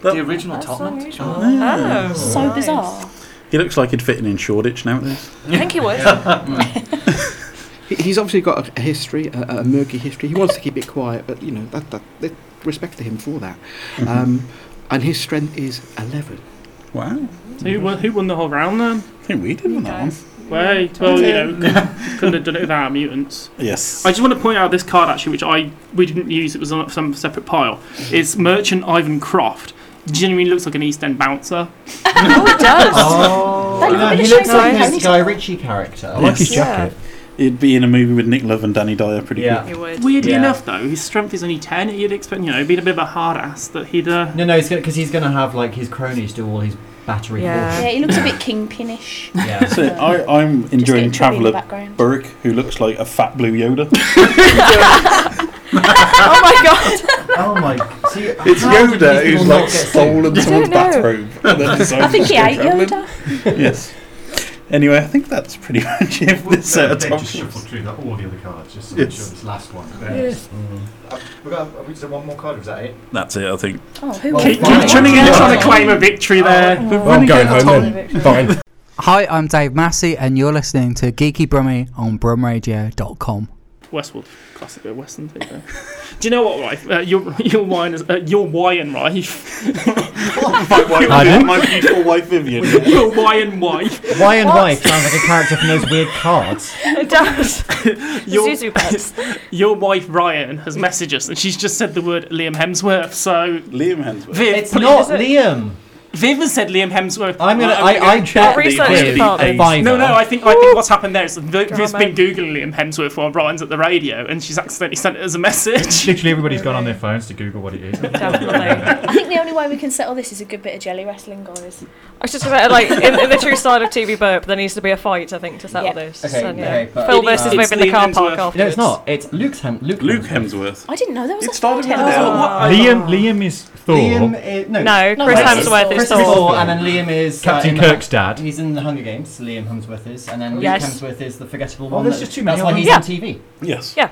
A: the original top knot.
V: Oh, so
A: nice.
V: bizarre.
C: He looks like he'd fit in in Shoreditch nowadays.
F: I think he would.
M: He- He's obviously got a, a history, a, a murky history. He wants to keep it quiet, but you know that, that, that respect to him for that. Um, and his strength is eleven.
C: Wow!
D: So who won, who won the whole round then?
C: I think we did win that one.
D: Wait, well, you know, couldn't- couldn't have done it without our mutants.
C: Yes.
D: I just want to point out this card actually, which I we didn't use. It was on some separate pile. It's Merchant Ivan Croft. Genuinely looks like an East End bouncer.
F: oh, it does.
U: Oh,
V: no,
U: he looks like this Guy Ritchie character.
C: I like his jacket. He'd be in a movie with Nick Love and Danny Dyer pretty
U: Yeah.
C: good.
U: He would.
D: Weirdly
U: Yeah.
D: enough, though, his strength is only ten. You'd expect, you know, being a bit of a hard ass that he'd. Uh,
U: No, no, he's because he's going to have like his cronies do all his battery.
V: Yeah,
U: work.
V: he looks a bit kingpinish.
U: Yeah.
C: So I, I'm enjoying
V: get Chubby in the
C: Traveller
V: background.
C: Burke, who looks like a fat blue Yoda.
F: oh my god.
U: Oh my! See,
C: It's
U: how did
C: Yoda
U: these
C: who's like
U: people not get
C: stolen
U: sued?
C: someone's bathrobe. And then decided
V: I think
C: to
V: he
C: go
V: ate
C: travelling.
V: Yoda.
C: Yes. Anyway, I think that's pretty much it for this set
E: So
C: of
E: they
C: top
E: just shuffled through the, all the other cards just to make
C: Yes. Mm.
E: sure this last one.
C: Yes.
E: Uh, we got, have we just done one more card? Was that it?
C: That's it, I think.
V: Oh, who
E: Well,
D: Keep
E: fine.
D: turning in
E: Yeah.
D: trying to claim a victory there.
E: Well, I'm going home then. Fine.
N: Hi, I'm Dave Massey, and you're listening to Geeky Brummy on brumradio.com.
Q: Westwood, classic bit of Western thing. There. Do you know what, Rife? Uh, your your wine is uh, your wine, Rife.
C: Pardon?
Q: My beautiful wife, Vivian. your wine wife.
K: Why and why sounds like a character from those weird cards.
Q: It does. your, your wife Ryan has messaged us, and she's just said the word Liam Hemsworth. So
C: Liam Hemsworth.
Q: Viv,
K: It's
Q: please-
K: not Liam.
Q: Viv has said Liam Hemsworth.
K: I'm gonna- I- I checked Our research the- department. the
Q: No, no.
K: Fiverr.
Q: I think I think what's happened there is Viv- Viv's
K: Drama.
Q: been googling Liam Hemsworth while Ryan's at the radio, and she's accidentally sent it as a message.
E: Literally everybody's gone on their phones to Google what it is.
V: I think the only way we can settle this is a good bit of jelly wrestling, guys.
F: I was just gonna say, like in, in the true style of TV Burp, there needs to be a fight, I think, to settle this.
K: Okay,
F: And,
K: okay, but-
F: Phil
K: It
F: versus
K: is-
F: maybe in
K: it's
F: the car
K: Liam
F: park
K: Hemsworth.
F: after.
K: No, it's not. It's Luke's Hem- Luke,
C: Luke Hemsworth.
V: I didn't know there was a
C: started
V: third
C: with an L.
V: one.
E: Liam, Liam is Thor.
K: Liam
U: is,
K: Uh, no,
F: No, Chris
K: Chris
F: Hemsworth is
K: Chris
F: Thor.
K: and then Liam is uh,
E: Captain
K: in the-
E: Kirk's dad.
K: He's in the Hunger Games. Liam Hemsworth is, and then Luke
F: Yes.
K: Hemsworth is the forgettable
E: Oh,
K: one.
E: there's
K: that-
E: just too many
K: That's why
E: of
K: he's
E: them.
K: on Oh. TV.
C: Yes.
F: Yeah.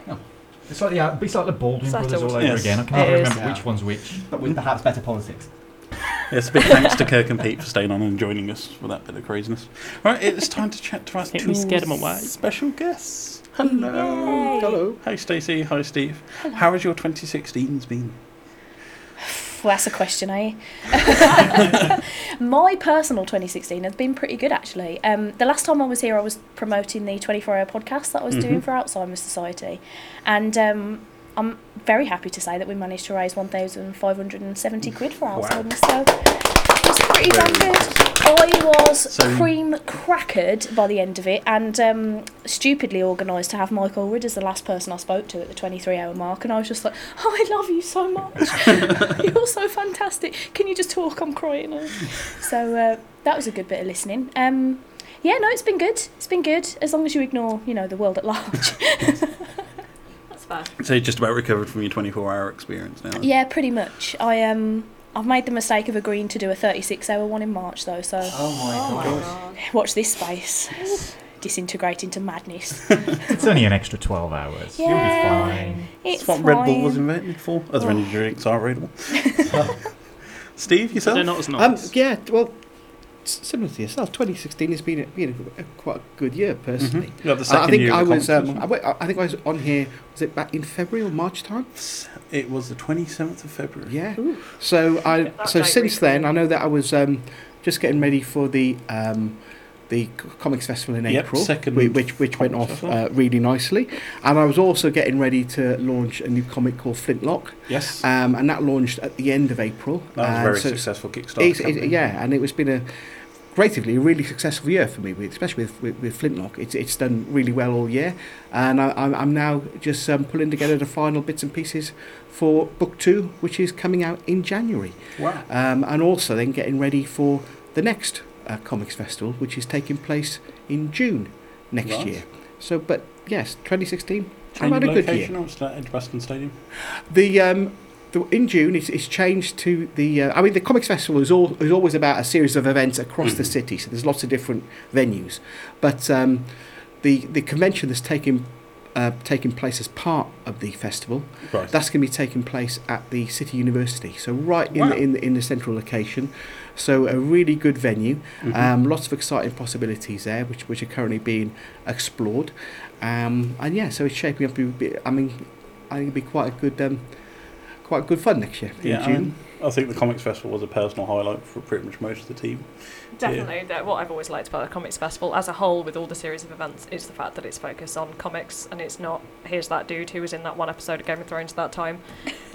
E: It's like the uh, it's like the Baldwin
K: Settled.
E: brothers all over
K: Yes.
E: again. I
K: It
E: can't
K: is.
E: remember
K: Yeah.
E: which one's which.
K: But with perhaps better politics.
C: Yes, a big thanks to Kirk and Pete for staying on and joining us for that bit of craziness. Right, it's time to chat to our
Q: Think
C: two
Q: we scared 'em away.
C: special guests. Hello. Hello. Hi, Stacey. Hi, Steve.
V: Hello.
C: How has your 2016s been?
V: Well, that's a question, eh? My personal 2016 has been pretty good, actually. Um, the last time I was here, I was promoting the 24 hour podcast that I was doing
L: Mhm.
V: for Alzheimer's Society. And um, I'm very happy to say that we managed to raise 1,570 quid for
L: Wow.
V: Alzheimer's. So it's pretty damn good. I was
L: So-
V: cream crackered by the end of it and um, stupidly organised to have Michael Ridd as the last person I spoke to at the 23 hour mark. And I was just like, oh, I love you so much. You're so fantastic. Can you just talk? I'm crying. now." So uh, that was a good bit of listening. Um, yeah, no, it's been good. It's been good as long as you ignore, you know, the world at large. That's fair.
C: So you just about recovered from your 24-hour experience now. then?
V: Yeah, pretty much. I um, I've made the mistake of agreeing to do a 36 hour one in March though. So
K: Oh my god.
V: watch this space. Disintegrate into madness.
E: It's only an extra 12 hours.
V: You'll be Yeah. fine. It's
C: That's what Red Bull was
V: fine.
C: invented for. Other
V: Oh.
C: energy drinks are available. Steve, yourself?
M: Um, yeah, t- well, s- similar to yourself, 2016 has been you know a- quite a good year personally.
C: Mhm. Yeah, the
M: Uh, I
C: second
M: think
C: year of
M: I
C: the
M: was.
C: conference,
M: Um, I, wa- I think I was on here. Was it back in February or March time?
C: It was the 27th of February.
M: Yeah. So I. So since then, I know that I was um, just getting ready for the. Um, the C- comics festival in
C: Yep,
M: April,
C: second
M: whi- which which went
C: Comics
M: off
C: Festival.
M: uh, really nicely, and I was also getting ready to launch a new comic called Flintlock.
C: Yes.
M: um, and that launched at the end of April.
C: That was a
M: Uh,
C: very
M: so-
C: successful Kickstarter
M: it's- it-
C: campaign.
M: yeah, and it was been a creatively a really successful year for me, with- especially with, with, with Flintlock. It's it's done really well all year, and I, I'm, I'm now just um, pulling together the final bits and pieces for book two, which is coming out in January.
C: Wow.
M: Um, and also then getting ready for the next uh, comics festival, which is taking place in June next
C: Right.
M: year. So, but yes, 2016. I've
C: Change
M: had a good year.
C: location or was that at Baston Stadium?
M: The um, the, in June, it's, it's changed to the. Uh, I mean, the Comics Festival is all is always about a series of events across
C: Mm-hmm.
M: the city, so there's lots of different venues. But um, the the convention that's taking uh, taking place as part of the festival,
C: Right.
M: that's going to be taking place at the City University, so right in
C: Wow.
M: the, in the, in the central location. So a really good venue,
C: Mhm.
M: um, lots of exciting possibilities there, which which are currently being explored, um, and yeah, so it's shaping up. to be- I mean, I think it'll be quite a good, um, quite good fun next year in
C: Yeah, I,
M: June.
C: mean, I think the Comics Festival was a personal highlight for pretty much most of the team.
F: Definitely, that what I've always liked about the Comics Festival as a whole, with all the series of events, is the fact that it's focused on comics and it's not here's that dude who was in that one episode of Game of Thrones at that time,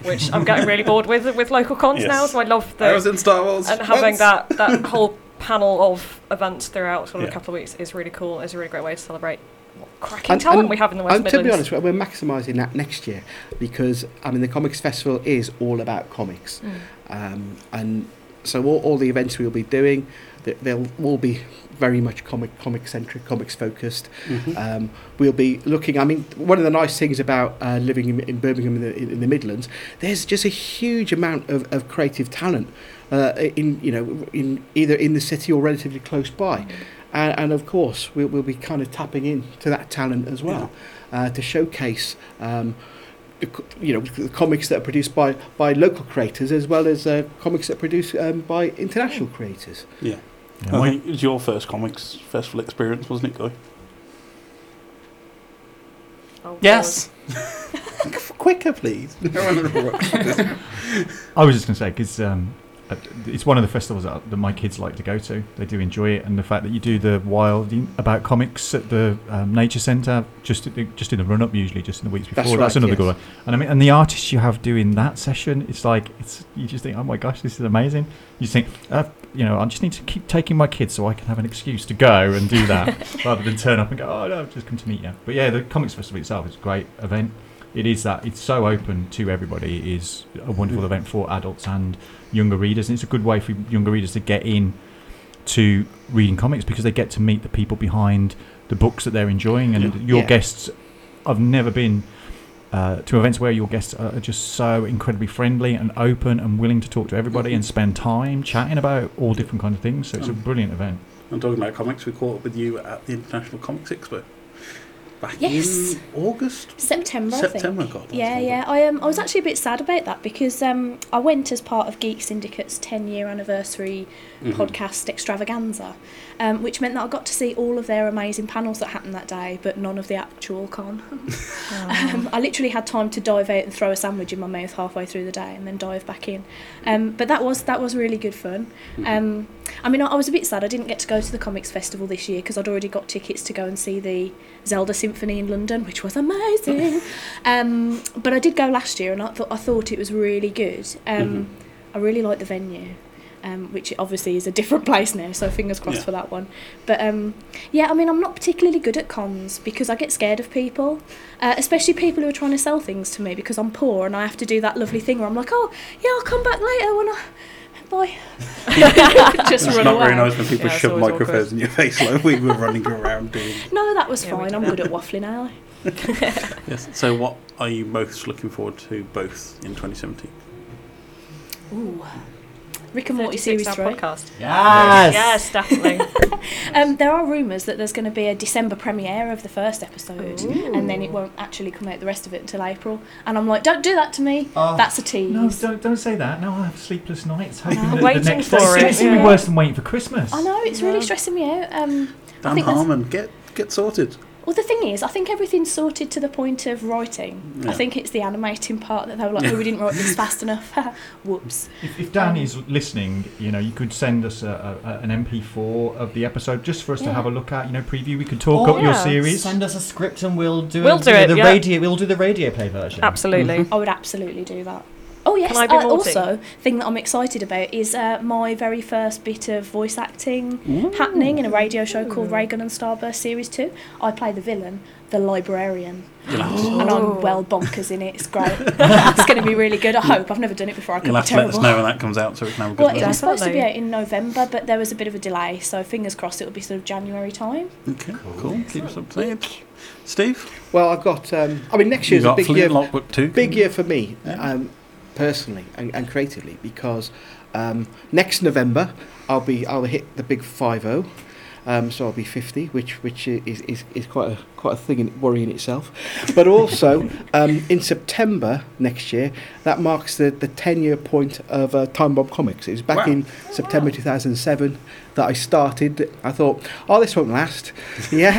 F: which I'm getting really bored with with local cons
C: Yes.
F: now. So I love the
C: I was in Star Wars
F: and having
C: once.
F: that that whole panel of events throughout sort of
M: Yeah.
F: a couple of weeks is really cool. It's a really great way to celebrate what cracking
M: And-
F: talent
M: and-
F: we have in the West
M: and
F: Midlands.
M: to be honest, we're, we're maximising that next year because I mean the Comics Festival is all about comics,
F: Mm.
M: um, and so all, all the events we'll be doing, they, they'll all be very much comic comic centric, comics focused.
C: Mhm.
M: Um, we'll be looking. I mean, one of the nice things about uh, living in, in Birmingham in the, in, in the Midlands, there's just a huge amount of, of creative talent uh, in you know in either in the city or relatively close by. And, and of course, we'll, we'll be kind of tapping into that talent as well uh, to showcase, um, the co- you know, the comics that are produced by, by local creators as well as uh, comics that are produced um, by international creators.
C: Yeah.
X: I think it was your first comics festival experience, wasn't it, Guy?
Q: yes.
X: Quicker, please.
E: I was just going to say because um, uh, it's one of the festivals that, that my kids like to go to. They do enjoy it, and the fact that you do the wild in- about comics at the um, nature centre just at the- just in the run up, usually just in the weeks before.
M: That's
E: That's,
M: right,
E: another good
M: yes.
E: one. And I mean, and the artists you have doing that session, it's like it's you just think, oh my gosh, this is amazing. You just think, uh, you know, I just need to keep taking my kids so I can have an excuse to go and do that rather than turn up and go, oh no, I've just come to meet you. But yeah, the comics festival itself is a great event. It is that it's so open to everybody. It is a wonderful event for adults and younger readers, and it's a good way for younger readers to get in to reading comics because they get to meet the people behind the books that they're enjoying and
M: Yeah.
E: your
M: Yeah.
E: guests I've never been uh, to events where your guests are just so incredibly friendly and open and willing to talk to everybody and spend time chatting about all different kind of things so it's a
X: Um,
E: brilliant event
X: I'm talking about comics. We caught up with you at the International Comics Expo back
V: Yes.
X: in August.
V: September.
X: September,
V: I think.
X: God, that's
V: yeah,
X: long
V: yeah. I um, I was actually a bit sad about that because um, I went as part of Geek Syndicate's ten year anniversary
X: Mhm.
V: podcast extravaganza, um, which meant that I got to see all of their amazing panels that happened that day, but none of the actual con. um, I literally had time to dive out and throw a sandwich in my mouth halfway through the day and then dive back in. Um, but that was that was really good fun. Um, I mean, I, I was a bit sad I didn't get to go to the comics festival this year because I'd already got tickets to go and see the Zelda Symphony in London, which was amazing. um, but I did go last year, and I thought I thought it was really good. Um, I really liked the venue. Um, which obviously is a different place now, so fingers crossed
J: Yeah.
V: for that one. But um, yeah, I mean, I'm not particularly good at cons because I get scared of people, uh, especially people who are trying to sell things to me because I'm poor and I have to do that lovely thing where I'm like, oh, yeah, I'll come back later when I. Bye. Just
X: it's
V: run
X: not
V: away.
X: very nice when people
V: Yeah, it's
X: shove
V: always awkward.
X: microphones in your face like we were running around doing.
V: No, that was
J: Yeah, we
V: fine.
J: do
V: I'm
J: that.
V: good at waffling, are I?
X: Yes. So, what are you most looking forward to both in 2017?
V: Ooh. Rick and Morty series
J: 36
V: three.
J: hour podcast.
V: Yes.
J: Yes, definitely.
V: um, there are rumours that there's going to be a December premiere of the first episode,
J: Ooh.
V: and then it won't actually come out the rest of it until April. And I'm like, don't do that to me.
E: Oh.
V: That's a tease.
E: no don't, don't say that now I have sleepless nights hoping
V: No.
E: that
V: Waiting
E: the next
V: for
E: day
V: it,
E: it's gonna be
V: yeah.
E: worse than waiting for Christmas
V: I know it's really stressing me out. Um, I
X: Dan
V: think that's-
X: Harmon, get get sorted.
V: Well, the thing is, I think everything's sorted to the point of writing.
E: Yeah.
V: I think it's the animating part that they were like, oh, we didn't write this fast enough. Whoops.
E: If, if Dan is listening, you know, you could send us a, a, a- an MP4 of the episode just for us
V: Yeah. Oh,
E: to have a look at, you know, preview. We could talk up your series.
K: Send us a script and we'll do
E: We'll
K: it,
E: do
K: you know,
E: it,
K: the
E: yeah.
K: radio we'll do the radio play version.
F: Absolutely.
V: I would absolutely do that. Oh yes.
F: Can I be
V: uh,
F: naughty?
V: also, thing that I'm excited about is uh, my very first bit of voice acting
F: Ooh.
V: happening in a radio show called Reagan and Starburst Series Two. I play the villain, the librarian,
X: Oh.
V: and I'm well bonkers in it. It's great. it's going to be really good. I hope. I've never done it before. I could
X: You'll
V: be
X: have to let us
V: terrible.
X: know when that comes out so we can have a good
V: Well, it was
X: listen.
V: supposed to be out in November, but there was a bit of a delay, so fingers crossed it'll be sort of January time.
X: Okay, cool. Keep us updated. Steve?
M: Well, I've got. Um, I mean, next
X: You
M: year's a
X: got
M: big
X: Flint
M: year.
X: Lockwood too.
M: Big year for me, um, personally and, and creatively, because um, next November I'll be I'll hit the big five zero. Um, so I'll be 50, which which i- is, is, is quite a quite a thing and worry in itself. But also um, in September next year, that marks the, the 10 year point of uh, Time Bomb Comics. It was back in September 2007 that I started. I thought, oh, this won't last. Yeah,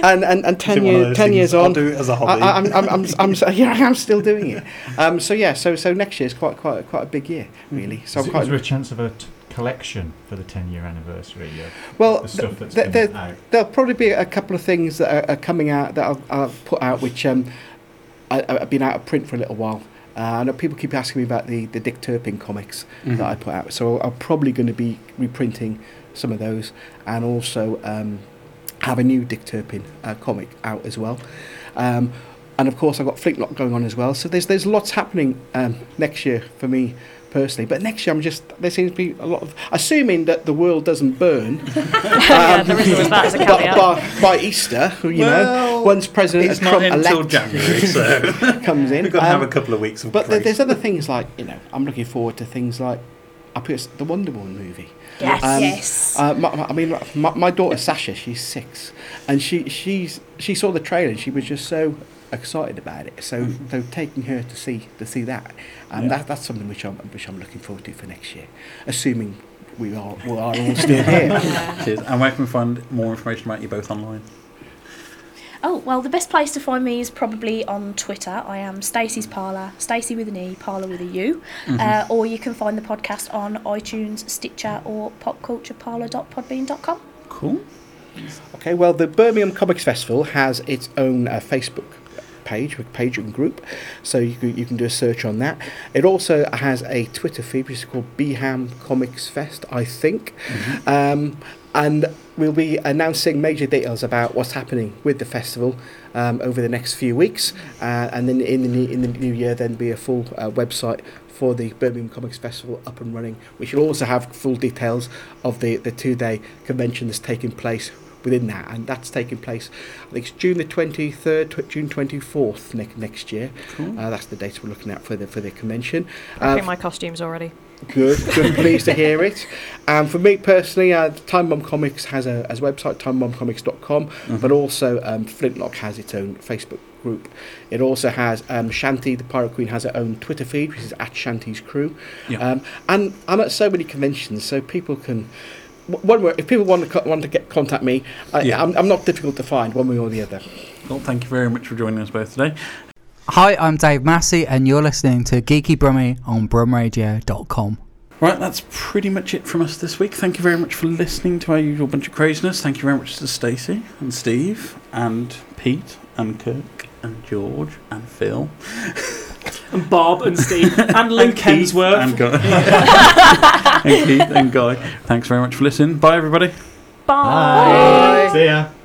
M: and and, and
X: it
M: 10
X: one of
M: years
X: those
M: 10
X: things,
M: years
X: "I'll
M: on,
X: do it as a hobby."
M: I, I'm, I'm, I'm, I'm, so- yeah, I'm still doing it. Um, so yeah, so so next year's quite quite quite a big year, really. So
E: is,
M: I'm
E: is
M: quite
E: there a chance of a t- collection for the 10 year anniversary of
M: well,
E: the stuff
M: th-
E: that's
M: th-
E: been
M: there,
E: out?
M: there'll probably be a couple of things that are, are coming out that I'll, I'll put out, which um, I, I've been out of print for a little while. Uh, I know people keep asking me about the, the Dick Turpin comics
X: Mm-hmm.
M: that I put out, so I'm probably going to be reprinting some of those, and also um, have a new Dick Turpin uh, comic out as well. Um, and of course, I've got Flintlock going on as well. So there's there's lots happening um, next year for me personally. But next year, I'm just there seems to be a lot of assuming that the world doesn't burn. um,
J: Yeah, there is always that as a
M: by-
J: caveat.
M: by, by Easter, you know,
X: Well,
M: once President
X: it's not
M: Trump
X: until
M: elect
X: January, so
M: comes in,
X: We've got to have
M: um,
X: a couple of weeks of
M: but there-
X: break.
M: there's other things like you know, I'm looking forward to things like I put the Wonder Woman movie.
J: Yes. Yes.
M: uh, my, my- I mean, my, my daughter Sasha, she's six, and she she's she saw the trailer and she was just so excited about it. So so taking her to see to see that, and
X: Yeah.
M: that that's something which I'm which I'm looking forward to for next year, assuming we are, we are all still here.
C: Cheers. And where can we find more information about you both online?
V: Oh well, the best place to find me is probably on Twitter. I am Stacey's Parlour, Stacey with an E, Parlour with a U. Uh,
C: Mhm.
V: or you can find the podcast on iTunes, Stitcher, or popcultureparlour.podbean.com.
C: Cool.
M: Okay, well, the Birmingham Comics Festival has its own uh, Facebook page, page and group, so you can, you can do a search on that. It also has a Twitter feed, which is called Beham Comics Fest, I think. Um, and we'll be announcing major details about what's happening with the festival um, over the next few weeks, uh, and then in the, new, in the new year, then be a full uh, website for the Birmingham Comics Festival up and running, which will also have full details of the, the two day convention that's taking place within that, and that's taking place. I think it's June the twenty third, tw- June twenty fourth next next year.
C: Cool.
M: Uh, that's the date we're looking at for the for the convention.
F: I
M: Uh,
F: think my costume's already.
M: Good, good. pleased to hear it. And for me personally, uh, Time Bomb Comics has a has a website, timebombcomics.com,
C: Mm-hmm.
M: but also um, Flintlock has its own Facebook group. It also has um, Shanty, the Pirate Queen, has her own Twitter feed, which is at Shanty's Crew.
C: Yeah.
M: Um, and I'm at so many conventions, so people can. w- One word, if people want to co- want to get contact me, I,
C: Yeah.
M: I'm, I'm not difficult to find one way or the other.
C: Well, thank you very much for joining us both today.
B: Hi, I'm Dave Massey, and you're listening to Geeky Brummy on brumradio.com.
C: Right, that's pretty much it from us this week. Thank you very much for listening to our usual bunch of craziness. Thank you very much to Stacey and Steve and Pete and Kirk and George and Phil
Q: And Bob and Steve and Luke
C: Keith
Q: Hemsworth.
C: and Guy. and Keith and Guy. Thanks very much for listening. Bye, everybody.
F: Bye.
G: See ya.